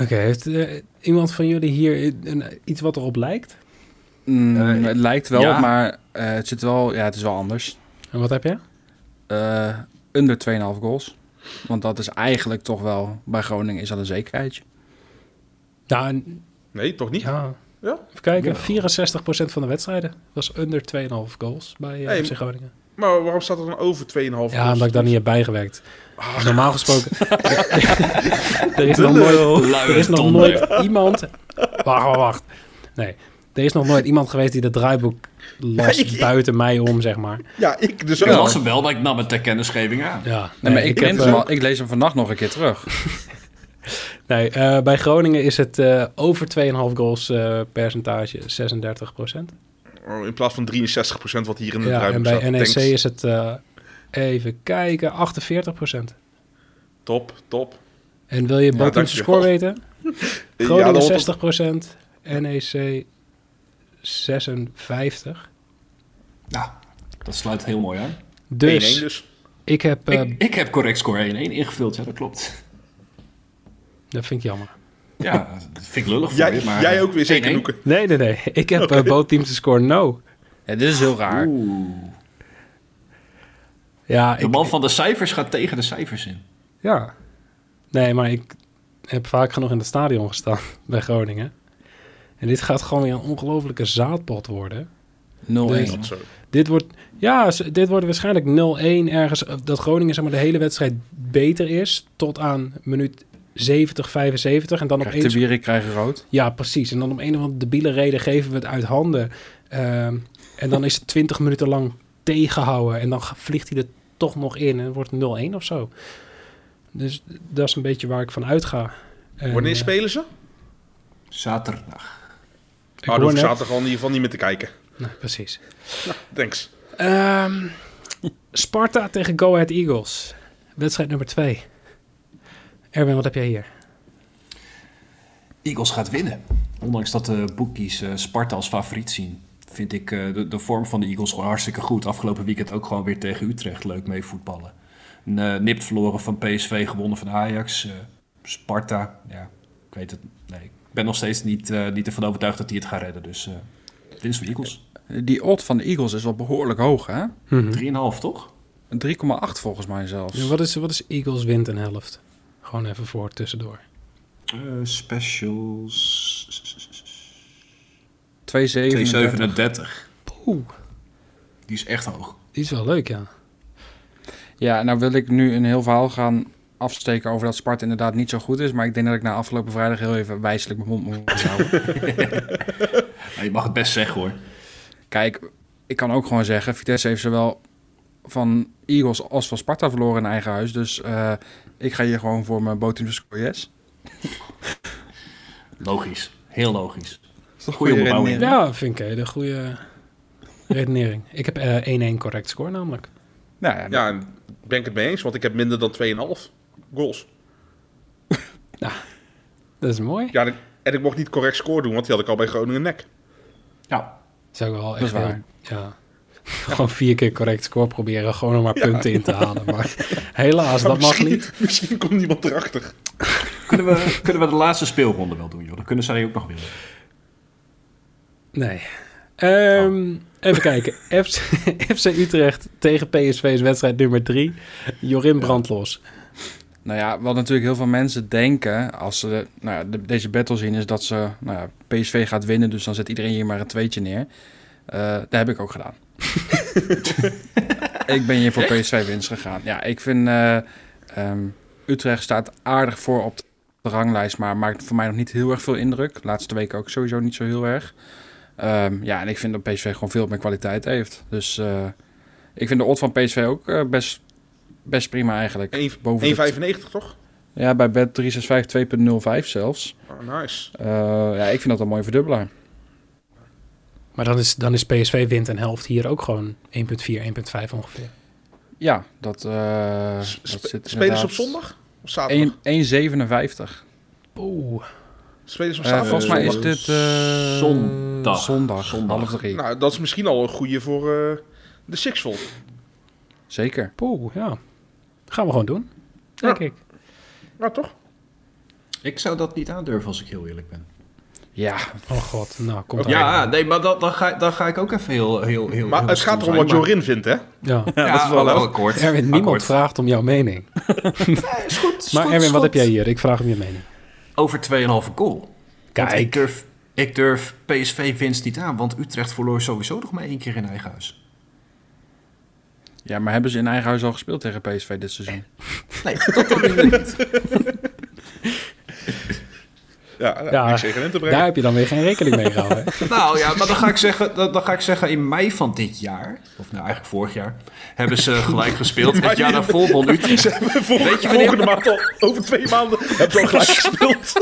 Oké, heeft eh, iemand van jullie hier i- een- iets wat erop lijkt? Mm, Eh, het lijkt wel, ja. maar eh, het, zit wel, ja, het is wel anders. En wat heb je? Eh, onder 2,5 goals. Want dat is eigenlijk toch wel, bij Groningen is dat een zekerheidje. Nou, en- nee, toch niet? ja. Ja? Even kijken, 64% van de wedstrijden was onder 2,5 goals bij eh, Hey, FC Groningen. Maar waarom staat er dan over 2,5 Ja, omdat ik daar niet heb bijgewerkt. Normaal gesproken... Ah. er is nog de nooit lul. Er is nog nooit iemand. Wacht, wacht, wacht. Nee. Er is nog nooit iemand geweest die dat draaiboek las Ja, ik- ik- buiten mij om, zeg maar. Ja, ik dus Ik ook. las hem wel, maar ik nam het ter kennisgeving aan. Ja, Nee, maar ik, heb, lees eh, hem al- ik lees hem vannacht nog een keer terug. nee, eh, bij Groningen is het eh, over 2,5 goals eh, percentage 36 Oh, In plaats van 63% wat hier in de Ja, ruimte en staat. bij NEC Thanks. is het, eh, even kijken, 48 Top, top. En wil je Ja, Bokum's dankjewel. score weten? Eh, Groningen dan- 60 E NEC 56. Nou, dat sluit heel mooi aan. 1-1 Dus dus. ik heb... eh, ik, ik heb correct score 1-1 ingevuld, ja, dat klopt. dat vind ik jammer. Ja, dat vind ik lullig voor Jij, je, maar... jij ook weer zeker, 1-1. Noeken. Nee, nee, nee. Ik heb eh, both teams te score no. Ja, dit is heel raar. Oeh. Ja, De ik, man van de cijfers gaat tegen de cijfers in. ja. Nee, maar ik heb vaak genoeg in het stadion gestaan bij Groningen. En dit gaat gewoon weer een ongelofelijke zaadpot worden. 0-1. Dus- Dat zo. Dit wordt, ja, s- dit wordt waarschijnlijk 0-1 ergens. eh, Dat Groningen zeg maar, de hele wedstrijd beter is. Tot aan minuut 70, 75. En dan Krijgt de opeens bieren krijgen rood. Ja, precies. En dan om een of andere debiele reden geven we het uit handen. Ehm, en dan is het 20 minuten lang tegenhouden. En dan ge- vliegt hij er toch nog in en wordt 0-1 of zo. Dus dat is een beetje waar ik van uitga. En, Wanneer eh, spelen ze? Zaterdag. ik Ah, hoor daar hoef ik net- zaterdag al in ieder geval niet meer te kijken. Nee, nou, precies. Thanks. Ehm, Sparta tegen Go Ahead Eagles. Wedstrijd nummer 2. Erwin, wat heb jij hier? Eagles gaat winnen. Ondanks dat de boekies eh, Sparta als favoriet zien, vind ik eh, de, de vorm van de Eagles gewoon hartstikke goed. Afgelopen weekend ook gewoon weer tegen Utrecht leuk mee voetballen. Een, eh, nipt verloren van PSV, gewonnen van Ajax. eh, Sparta, ja, ik weet het. Nee, ik ben nog steeds niet, eh, niet ervan overtuigd dat die het gaan redden. Dus eh winst voor Eagles. Die odd van de Eagles is wel behoorlijk hoog, hè? Mhm. 3,5 toch? Een 3,8 volgens mij zelfs. Ja, wat, is, wat is Eagles wint een helft? Gewoon even voor tussendoor. specials. 2,37. 2,37. Oeh, Die is echt hoog. die is wel leuk, ja. Ja, nou wil ik nu een heel verhaal gaan afsteken over dat Sparta inderdaad niet zo goed is. Maar ik denk dat ik na afgelopen vrijdag heel even wijselijk mijn mond moet houden. Ja, Nou, je mag het best zeggen hoor. Kijk, ik kan ook gewoon zeggen, Vitesse heeft zowel van Eagles als van Sparta verloren in eigen huis. Dus eh, ik ga hier gewoon voor mijn boot in de score, yes. Logisch. Heel logisch. Is dat Goeie onderbouwing. redenering? Ja, vind ik eh, de goede redenering. Ik heb eh, 1-1 correct score namelijk. Nou ja, Ja, en ben ik het mee eens, want ik heb minder dan 2,5 goals. Dat is mooi. Ja, en ik- en ik mocht niet correct score doen, want die had ik al bij Groningen nek. nou, Ja, Zou ik wel is echt waar. heel- ja. Gewoon vier keer correct score proberen, gewoon om maar punten in te halen. Maar helaas, dat mag misschien, niet. Misschien komt niemand erachter. Kunnen we, kunnen we de laatste speelronde wel doen, joh? Dan kunnen zij die ook nog winnen. Nee. Ehm, Even kijken. FC, FC Utrecht tegen PSV is wedstrijd nummer 3. Jorin Brandlos. Nou ja, wat natuurlijk heel veel mensen denken als ze de- nou ja, de- deze battle zien, is dat ze nou ja, PSV gaat winnen. Dus dan zet iedereen hier maar een tweetje neer. Eh dat heb ik ook gedaan. ik ben hier voor PSV winst gegaan. Ja, ik vind eh, ehm, Utrecht staat aardig voor op de ranglijst, maar maakt voor mij nog niet heel erg veel indruk. De laatste weken ook sowieso niet zo heel erg. Ehm, ja, en ik vind dat PSV gewoon veel meer kwaliteit heeft. Dus eh, ik vind de odd van PSV ook eh, best, best prima eigenlijk. 1,95 toch? Ja, bij bed 365 2.05 zelfs. Ah, nice. Eh, ja, ik vind dat een mooie verdubbelaar. Maar dan is, dan is PSV wint een helft hier ook gewoon 1.4, 1.5 ongeveer. Ja, dat, eh dat Sp- zit spelen inderdaad- ze op zondag? Of zaterdag? 1 1,57. Oeh. Spelen ze op Eh, zaterdag? volgens mij is Zondag. dit... eh, Zondag. Zondag, Zondag. half drie. Nou, dat is misschien al een goede voor eh, de Sixfold. Zeker. Poeh, ja. Gaan we gewoon doen, denk ik. Nou, toch? Ik zou dat niet aandurven als ik heel eerlijk ben. Ja, Oh god, nou, komt daar. Ja, nee, maar dat, dan, ga, dan ga ik ook even heel... heel, heel Maar heel het gaat stoer erom zijn, wat maar- Jorin vindt, hè? Ja. Ja, dat is wel akkoord. Erwin, niemand Akkoord. vraagt om jouw mening. Nee, is goed, is Maar goed, Erwin, is wat goed. heb jij hier? Ik vraag om je mening. Over 2,5 goal. Want Kijk. Ik durf, Ik durf PSV-winst niet aan, want Utrecht verloor sowieso nog maar één keer in eigen huis. Ja, maar hebben ze in eigen huis al gespeeld tegen PSV dit seizoen? Nee, dat doen we niet. Ja, nou, Ja, niks tegen in te brengen. Daar heb je dan weer geen rekening mee gehouden. hè? Nou ja, maar dan ga ik zeggen, dan, dan ga ik zeggen in mei van dit jaar, of nou eigenlijk vorig jaar, hebben ze gelijk gespeeld. Het jaar daarvoor won Utrecht. Ze hebben volgende, Weet je wanneer- volgende maand al, over twee maanden, hebben ze al gelijk gespeeld.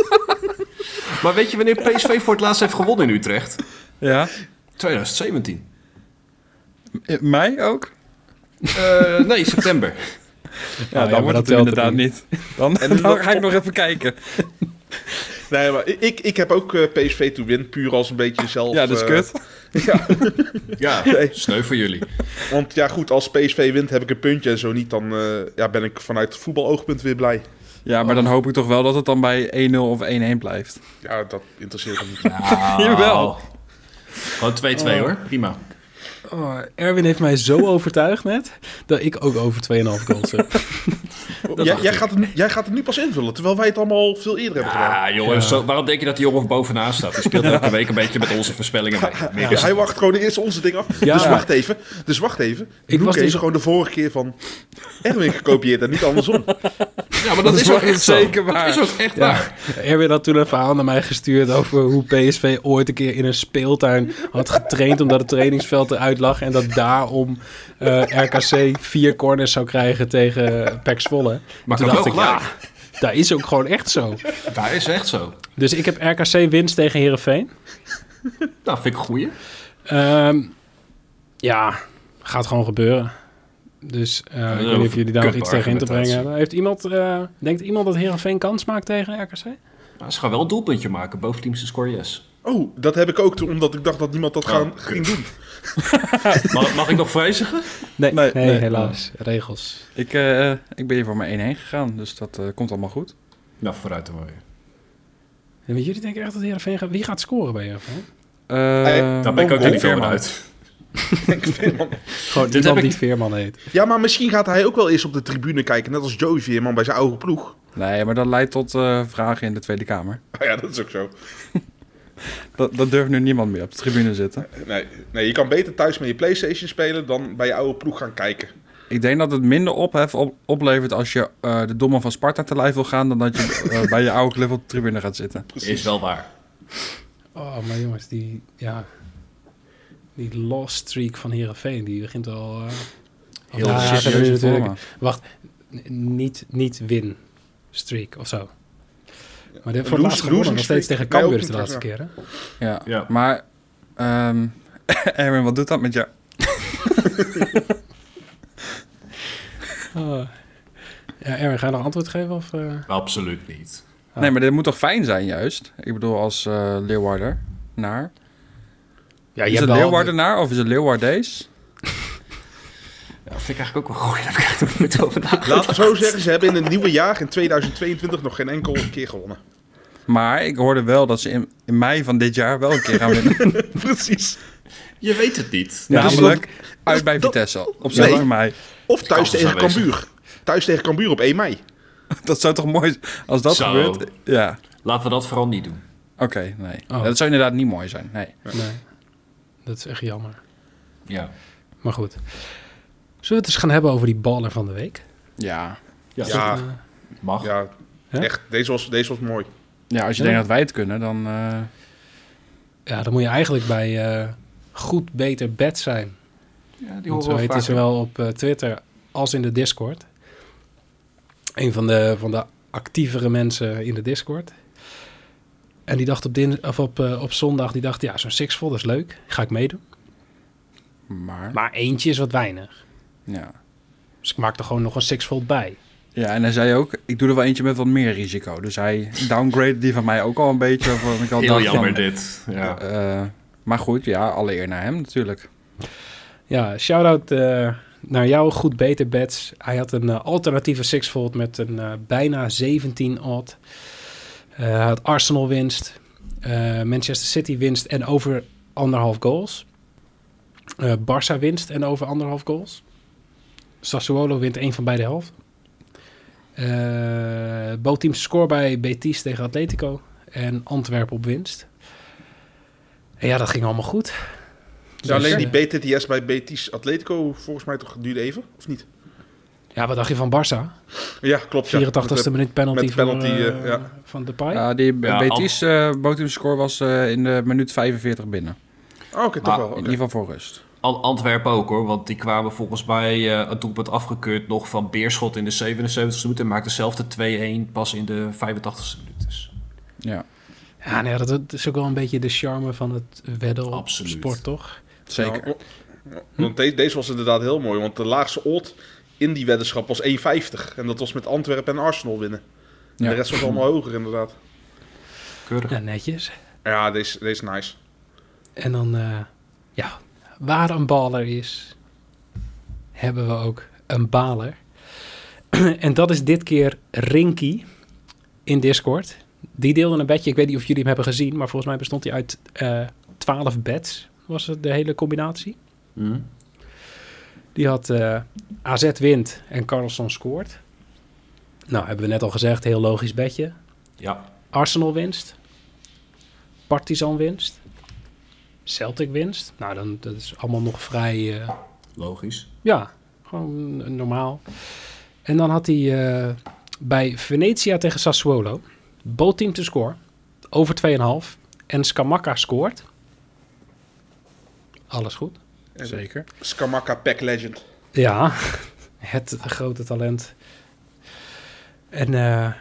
Maar weet je wanneer PSV voor het laatst heeft gewonnen in Utrecht? Ja. 2017. Mij ook? Eh, nee, september. Nou, Ja, ja, dan maar wordt dat het hem telt inderdaad ook niet. Dan, En dan dat- ga ik nog even kijken. Nee, maar ik, ik heb ook eh, PSV to win, puur als een beetje zelf... Ja, dat is eh, kut. Ja, Ja, sneu voor jullie. want ja goed, als PSV wint heb ik een puntje en zo niet, dan eh, ja, ben ik vanuit voetbaloogpunt weer blij. Ja, maar dan oh. hoop ik toch wel dat het dan bij 1-0 of 1-1 blijft. Ja, dat interesseert me niet. Nou. Jawel. Gewoon 2-2 hoor, prima. Oh, Erwin heeft mij zo overtuigd net, dat ik ook over 2,5 goals heb. Jij- dacht jij, ik. gaat het, nu- jij gaat het nu pas invullen, terwijl wij het allemaal veel eerder hebben gedaan. Ja, Ah, jongen, zo- waarom denk je dat die jongen bovenaan staat? Die speelt elke week een beetje met onze voorspellingen mee. Meer is Ja, het hij wacht gewoon eerst onze ding af. Ja. Dus wacht even. Dus wacht even. Ik Ik was was niet heeft zo- gewoon de vorige keer van Erwin gekopieerd en niet andersom. Ja, maar dat, is ook wel echt zo. zeker waar. Dat is ook echt waar. Erwin had toen een verhaal naar mij gestuurd over hoe PSV ooit een keer in een speeltuin had getraind omdat het trainingsveld eruit lag en dat daarom eh, RKC vier corners zou krijgen tegen PEC Zwolle. Maar toen ik had dacht ik, wel ja, dat is ook gewoon echt zo. Dat is echt zo. Dus ik heb RKC winst tegen Herenveen. Nou, vind ik een goeie. Ehm, ja, gaat gewoon gebeuren. Dus eh, ik weet is niet of een jullie daar nog kut iets tegen in te brengen argumentatie. hebben. Heeft iemand, eh, denkt iemand dat Herenveen kans maakt tegen RKC? Nou, ze gaan wel een doelpuntje maken boven Teams Score Yes. Oh, Oh, dat heb ik ook toen, omdat ik dacht dat niemand dat gaan, kut. ging doen. Mag, mag ik nog wijzigen? Nee, nee, Nee, nee. helaas. Regels. Ik, eh, ik ben hier voor mijn 1-1 gegaan, dus dat eh, komt allemaal goed. Nou, vooruit dan maar weer. Ja, maar jullie denken echt dat Heerenveen gaat... Wie gaat scoren bij Heerenveen? Eh, Hey, Daar ben ik ook Bongo. niet veel van Veerman. uit. Ik vind, man. Gewoon Dit iemand heb ik- die Veerman heet. ja, maar misschien gaat hij ook wel eens op de tribune kijken, net als Joey Veerman bij zijn oude ploeg. Nee, maar dat leidt tot eh, vragen in de Tweede Kamer. Oh ja, dat is ook zo. Dat, dat durft nu niemand meer op de tribune zitten. Nee, nee, je kan beter thuis met je PlayStation spelen dan bij je oude ploeg gaan kijken. Ik denk dat het minder ophef op- oplevert als je eh, de domme van Sparta te lijf wil gaan... dan dat je eh, bij je oude club op de tribune gaat zitten. Is wel waar. Oh, maar jongens, die... Ja, die lost streak van Heerenveen, die begint al... eh, Heel al- serieuze ze hebben nu natuurlijk- vormen. Wacht, n- niet, niet win streak of zo. Maar dit Een voor het laatst losing- gewonnen, losing nog steeds streak tegen Cambuur bij ook de niet, laatste ja. keer, hè? Ja, Ja. maar... ehm Erwin, wat doet dat met jou? Oh. Ja, Erwin, ga je nog antwoord geven? Of, eh? Absoluut niet. Ah. Nee, maar dit moet toch fijn zijn juist? Ik bedoel, als eh Leeuwarder naar. Ja, Is het Leeuwardenaar of is het Leeuwardees? Ja, vind ik eigenlijk ook wel goed. Daar heb ik eigenlijk nooit over nagedacht. Laten we zo zeggen, ze hebben in het nieuwe jaar, in 2022, nog geen enkel keer gewonnen. Maar ik hoorde wel dat ze in, in mei van dit jaar wel een keer gaan winnen. Precies. Je weet het niet. Ja, dus Namelijk uit bij dat- Vitesse op Nee. 7 mei. Of thuis Kans is tegen aanwezig. Cambuur. Thuis tegen Cambuur op 1 mei. Dat zou toch mooi zijn als dat Zo. gebeurt? Ja, Laten we dat vooral niet doen. oké, nee. Oh. Dat zou inderdaad niet mooi zijn, nee. Nee, dat is echt jammer. Ja. Maar goed. Zullen we het eens gaan hebben over die baller van de week? Ja, Ja. Ja, Eh, Mag. ja. Hè? Echt, deze was, deze was mooi. ja als je Ja. denkt dat wij het kunnen, dan... eh, Ja, dan moet je eigenlijk bij eh, goed, beter, bed zijn. Ja, die Want horen zo we heet vaak. hij zowel op eh, Twitter als in de Discord. Een van de, van de actievere mensen in de Discord. En die dacht op, din of op, eh, op zondag, die dacht, ja, zo'n sixfold is leuk. Ga ik meedoen. maar, Maar eentje is wat weinig. ja. Dus ik maak er gewoon nog een sixfold bij. Ja, en hij zei ook, ik doe er wel eentje met wat meer risico. Dus hij downgrade die van mij ook al een beetje. waarvan ik al Heel dacht van, jammer dit. Ja. eh, maar goed, ja, alle eer naar hem natuurlijk. Ja, shout-out eh, naar jou, goed beter bets. Hij had een eh, alternatieve sixfold met een eh, bijna 17 odd. Eh, Hij had Arsenal winst, eh, Manchester City winst en over anderhalf goals. Eh Barça winst en over anderhalf goals. Sassuolo wint één van beide helft. Eh bootteams score bij Betis tegen Atletico en Antwerpen op winst. En ja, dat ging allemaal goed. Ja, alleen Dus, die BTTS bij Betis Atletico, volgens mij toch duurde even, of niet? Ja, wat dacht je van Barça? Ja, klopt. ja. 84 e Met- minuut penalty, met penalty, voor, eh, eh, ja. van Depay. Ja, die Ja, Betis eh bodemscore was eh, in de minuut 45 binnen. Oh, Oké, Maar- toch wel. Ah, In oké. ieder geval voor rust. An- Antwerpen ook hoor, want die kwamen volgens mij eh, het doelpunt afgekeurd nog van Beerschot in de 77 e minuut en maakte zelf de 2-1 pas in de 85 e minuut. Dus Ja, Ja, nee, dat, dat is ook wel een beetje de charme van het wedden op Absoluut. sport, toch? zeker. Ja, wa- want de- deze was inderdaad heel mooi, want de laagste odd in die weddenschap was 1,50. En dat was met Antwerpen en Arsenal winnen. En Ja. De rest was allemaal hoger, inderdaad. keurig. Ja, netjes. Ja, deze, deze is nice. En dan, eh, ja, waar een baler is, hebben we ook een baler. en dat is dit keer Rinky in Discord. Die deelde een bedje, ik weet niet of jullie hem hebben gezien, maar volgens mij bestond hij uit eh 12 beds, was het de hele combinatie. Mhm. Die had eh, AZ wint en Carlson scoort. Nou, hebben we net al gezegd, heel logisch bedje. Ja, Arsenal winst. Partizan winst. Celtic winst. Nou, dan, dat is allemaal nog vrij... eh, logisch. ja, gewoon eh, normaal. En dan had hij eh, bij Venezia tegen Sassuolo... Bootteam te score. Over 2,5. En Scamacca scoort. Alles goed. Zeker. Skamaka Pack Legend. Ja, het grote talent. En eh,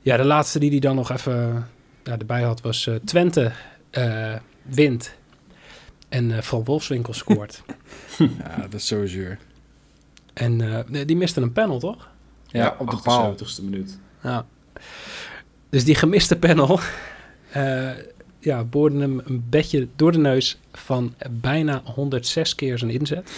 ja, de laatste die hij dan nog even ja, erbij had was eh, Twente eh, wint. En eh, Van Wolfswinkel scoort. Ja, dat is zo zuur. en eh, nee, die miste een panel, toch? Ja, op de paal. 78ste minuut. Ja. Dus die gemiste panel eh ja, boorde hem een bedje door de neus van bijna 106 keer zijn inzet.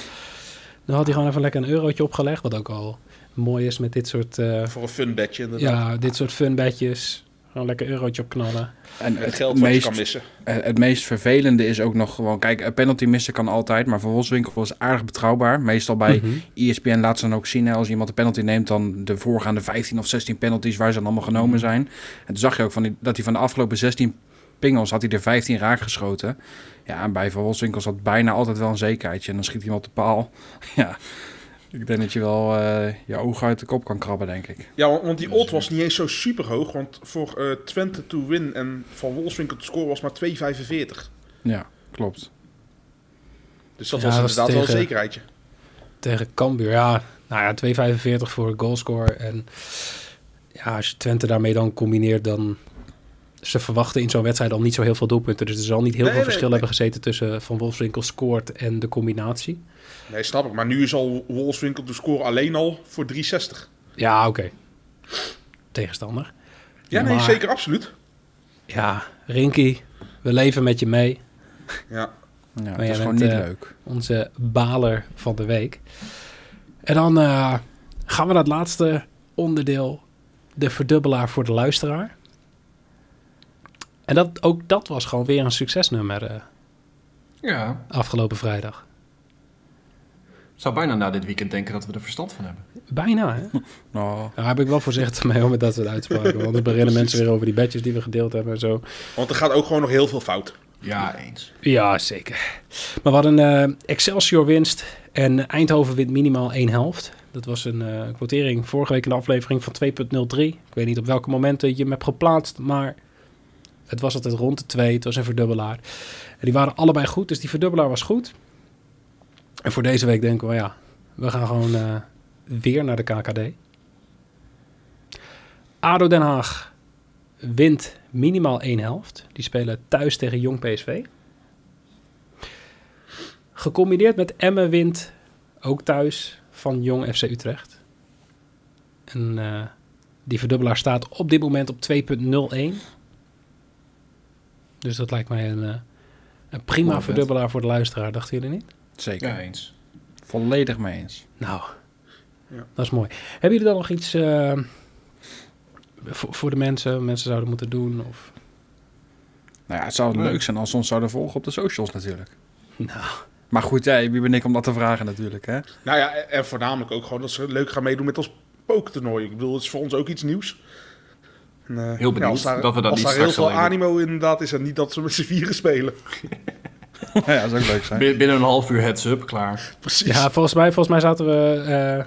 Dan had hij gewoon even lekker een eurotje opgelegd, wat ook al mooi is met dit soort... eh, Voor een fun badge, inderdaad. Ja, dit soort funbedjes. Gewoon lekker eurotje op knallen. En Het het, geld wat je kan meest, missen. eh, het meest vervelende is ook nog gewoon... Kijk, een penalty missen kan altijd, maar Van Wolfswinkel was aardig betrouwbaar. Meestal bij Mhm. E ESPN laat ze dan ook zien, hè, als iemand een penalty neemt, dan de voorgaande 15 of 16 penalties waar ze dan allemaal Mhm. genomen zijn. En toen zag je ook van die- dat hij van de afgelopen 16 pingels had hij er 15 raak geschoten. Ja, en bij Van Wolfswinkel zat bijna altijd wel een zekerheidje. En dan schiet iemand de paal. ja, ik denk dat je wel eh, je ogen uit de kop kan krabben, denk ik. Ja, want- want die odd was niet eens zo super hoog. Want voor eh, Twente to win en van Wolfswinkel te scoren was maar 2,45. Ja, klopt. Dus dat Ja, was dat was inderdaad wel een tegen- zekerheidje. Tegen Cambuur, ja. Nou ja, 2,45 voor een goalscore. En ja, als je Twente daarmee dan combineert, dan... Ze verwachten in zo'n wedstrijd al niet zo heel veel doelpunten. Dus er zal niet heel Nee, veel nee, verschil nee. hebben gezeten tussen Van Wolfswinkel scoort en de combinatie. Nee, snap ik. Maar nu is al Wolfswinkel te scoren alleen al voor 3,60. Ja, oké. Tegenstander. Ja, nee, Maar- zeker, absoluut. Ja, Rinky, we leven met je mee. Ja. Ja, jij het is gewoon bent, niet eh, leuk. Onze baler van de week. En dan eh, gaan we naar het laatste onderdeel. De verdubbelaar voor de luisteraar. En dat, ook dat was gewoon weer een succesnummer eh, Ja, afgelopen vrijdag. zou bijna na dit weekend denken dat we er verstand van hebben. Bijna, hè? Oh. Daar heb ik wel voorzichtig mee om het dat soort uitspraken. Want dan beginnen mensen weer over die badges die we gedeeld hebben en zo. Want er gaat ook gewoon nog heel veel fout. Ja, eens. Ja, zeker. Maar we hadden eh Excelsior winst en Eindhoven wint minimaal één helft. Dat was een eh, quotering vorige week in de aflevering van 2.03. Ik weet niet op welke momenten je hem hebt geplaatst, maar het was altijd rond de 2. Het was een verdubbelaar. En die waren allebei goed, dus die verdubbelaar was goed. En voor deze week denken we, ja, we gaan gewoon eh, weer naar de KKD. ADO Den Haag wint minimaal één helft. Die spelen thuis tegen Jong PSV. Gecombineerd met Emmen wint ook thuis van Jong FC Utrecht. En eh, die verdubbelaar staat op dit moment op 2.01. Dus dat lijkt mij een, eh, een prima Mooi vet. verdubbelaar voor de luisteraar, dachten jullie niet? Zeker. Ja, eens. Volledig mee eens. Nou, Ja. dat is mooi. Hebben jullie dan nog iets eh, voor, voor de mensen, mensen zouden moeten doen? Of... Nou ja, het zou Nee. leuk zijn als ze ons zouden volgen op de socials natuurlijk. Nou, Maar goed, hè, wie ben ik om dat te vragen natuurlijk, hè? Nou ja, en en voornamelijk ook gewoon dat ze leuk gaan meedoen met ons pooktoernooi. Ik bedoel, het is voor ons ook iets nieuws. En, eh, Heel benieuwd als daar, dat we dat als niet daar heel straks veel alleen doen. animo inderdaad is en niet dat ze met z'n vieren spelen. ja, dat zou ook leuk zijn. Bin- Binnen een half uur heads-up, klaar. Precies. Ja, volgens mij, volgens mij zaten we... eh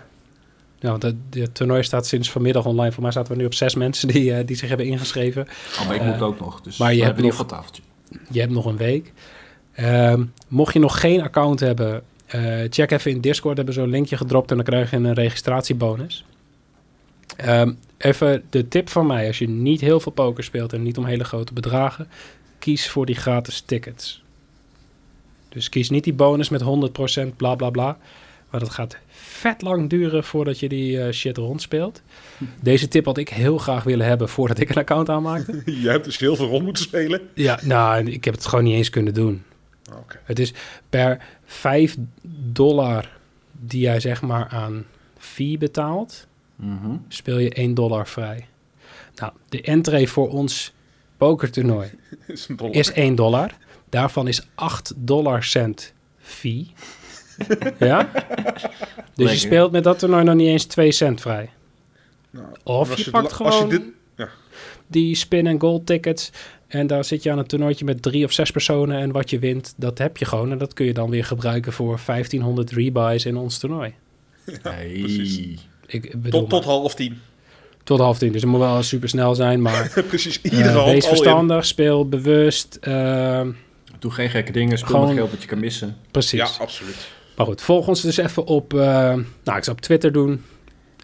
ja, want het het toernooi staat sinds vanmiddag online. Volgens mij zaten we nu op zes mensen die, eh, die zich hebben ingeschreven. Oh, maar ik Eh, moet ook nog, dus maar maar je je hebt hebt in ieder geval tafeltje. Je hebt nog een week. Ehm, mocht je nog geen account hebben, eh, check even in Discord. Hebben we zo'n linkje gedropt en dan krijg je een registratiebonus. Ehm, even de tip van mij: als je niet heel veel poker speelt en niet om hele grote bedragen, kies voor die gratis tickets. Dus kies niet die bonus met 100% bla bla bla. Maar dat gaat vet lang duren voordat je die eh, shit rondspeelt. Deze tip had ik heel graag willen hebben voordat ik een account aanmaakte. Je hebt dus heel veel rond moeten spelen. Ja, nou, ik heb het gewoon niet eens kunnen doen. Oké. Het is per 5 dollar die jij zeg maar aan fee betaalt, Mhm. speel je 1 dollar vrij. Nou, de entree voor ons pokertoernooi Is een dollar. is 1 dollar. Daarvan is 8 dollar cent fee. ja? Dus je Lekker. speelt met dat toernooi nog niet eens 2 cent vrij. Nou, Of als je het pakt la- als je gewoon dit- ja. die spin- en goal tickets. En daar zit je aan een toernooitje met drie of zes personen. En wat je wint, dat heb je gewoon. En dat kun je dan weer gebruiken voor 1500 rebuys in ons toernooi. Hey. precies. Ik bedoel, tot, tot half tien. tot half tien. Dus het moet wel super snel zijn. Maar Precies. eh, Iedere hand wees al in. verstandig, speel bewust. eh, Doe geen gekke dingen, speel Gewoon- met geld dat je kan missen. precies. Ja, absoluut. Maar goed, volg ons dus even op. eh, nou, ik zou op Twitter doen,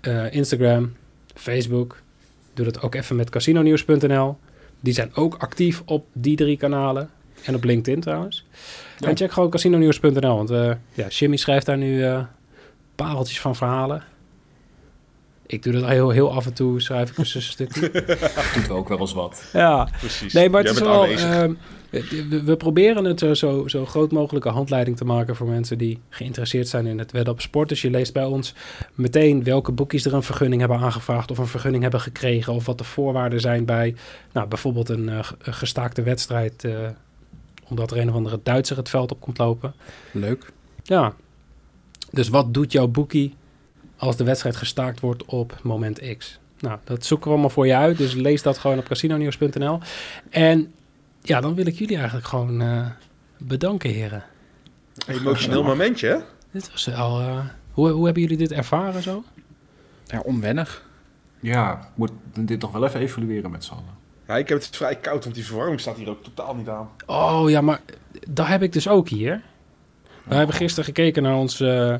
eh, Instagram, Facebook. Doe dat ook even met casinonews.nl. Die zijn ook actief op die drie kanalen. En op LinkedIn trouwens. Ja. En check gewoon casinonews.nl. Want eh, ja, Jimmy schrijft daar nu eh, pareltjes van verhalen. Ik doe dat heel, heel af en toe. Schrijf ik eens een stukje. Doet ook wel eens wat. ja. Precies. Nee, maar het Jij is bent wel. aanwezig. ehm, het- we, we proberen het eh, zo, zo groot mogelijke handleiding te maken voor mensen die geïnteresseerd zijn in het wedden op sport. Dus je leest bij ons meteen welke boekjes er een vergunning hebben aangevraagd of een vergunning hebben gekregen. Of wat de voorwaarden zijn bij nou, bijvoorbeeld een eh, g- een gestaakte wedstrijd. eh, omdat er een of andere Duitser het veld op komt lopen. Leuk. Ja. Dus wat doet jouw boekie als de wedstrijd gestaakt wordt op moment X? Nou, dat zoeken we allemaal voor je uit. Dus lees dat gewoon op casinonews.nl. En ja, dan wil ik jullie eigenlijk gewoon eh, bedanken, heren. eh, Emotioneel momentje, hè? Dit was al. eh, hoe, hoe hebben jullie dit ervaren zo? Ja, onwennig. Ja, moet dit toch wel even evalueren met z'n allen. Ja, ik heb het vrij koud, want die verwarming staat hier ook totaal niet aan. Oh ja, maar dat heb ik dus ook hier. We hebben gisteren gekeken naar ons. eh,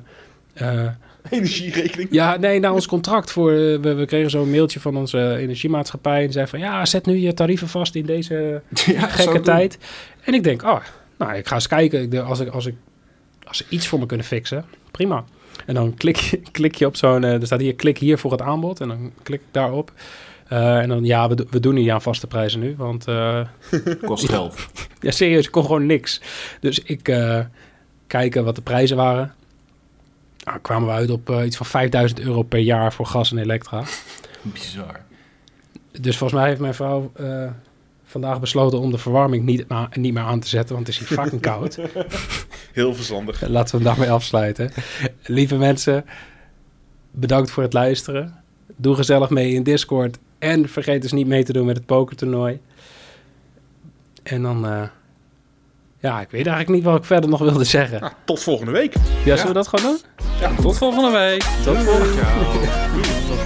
eh, Energierekening. Ja, nee, na ons contract voor. eh, We, we kregen zo'n mailtje van onze energiemaatschappij. En zei van ja, zet nu je tarieven vast in deze Ja, zo gekke doen. tijd. En ik denk, oh, nou, ik ga eens kijken. Ik denk, als, ik, als, ik, als ze iets voor me kunnen fixen, prima. En dan klik, je- klik je op zo'n. eh, er staat hier: klik hier voor het aanbod. En dan klik ik daarop. Eh, en dan ja, we, do- we doen hier aan vaste prijzen nu. Want eh, Kost geld. ja, serieus, ik kon gewoon niks. Dus ik eh kijken wat de prijzen waren. Nou, kwamen we uit op eh, iets van 5000 euro per jaar voor gas en elektra. Bizar. Dus volgens mij heeft mijn vrouw eh, vandaag besloten om de verwarming niet, ma- niet meer aan te zetten, want het is hier fucking koud. Heel verstandig. Laten we hem daarmee afsluiten. Lieve mensen, bedankt voor het luisteren. Doe gezellig mee in Discord. En vergeet dus niet mee te doen met het pokertoernooi. En dan, eh, ja, ik weet eigenlijk niet wat ik verder nog wilde zeggen. Ja, Nou, tot volgende week. zullen we dat gewoon doen? Tot volgende week. Tot volgende Ja, tot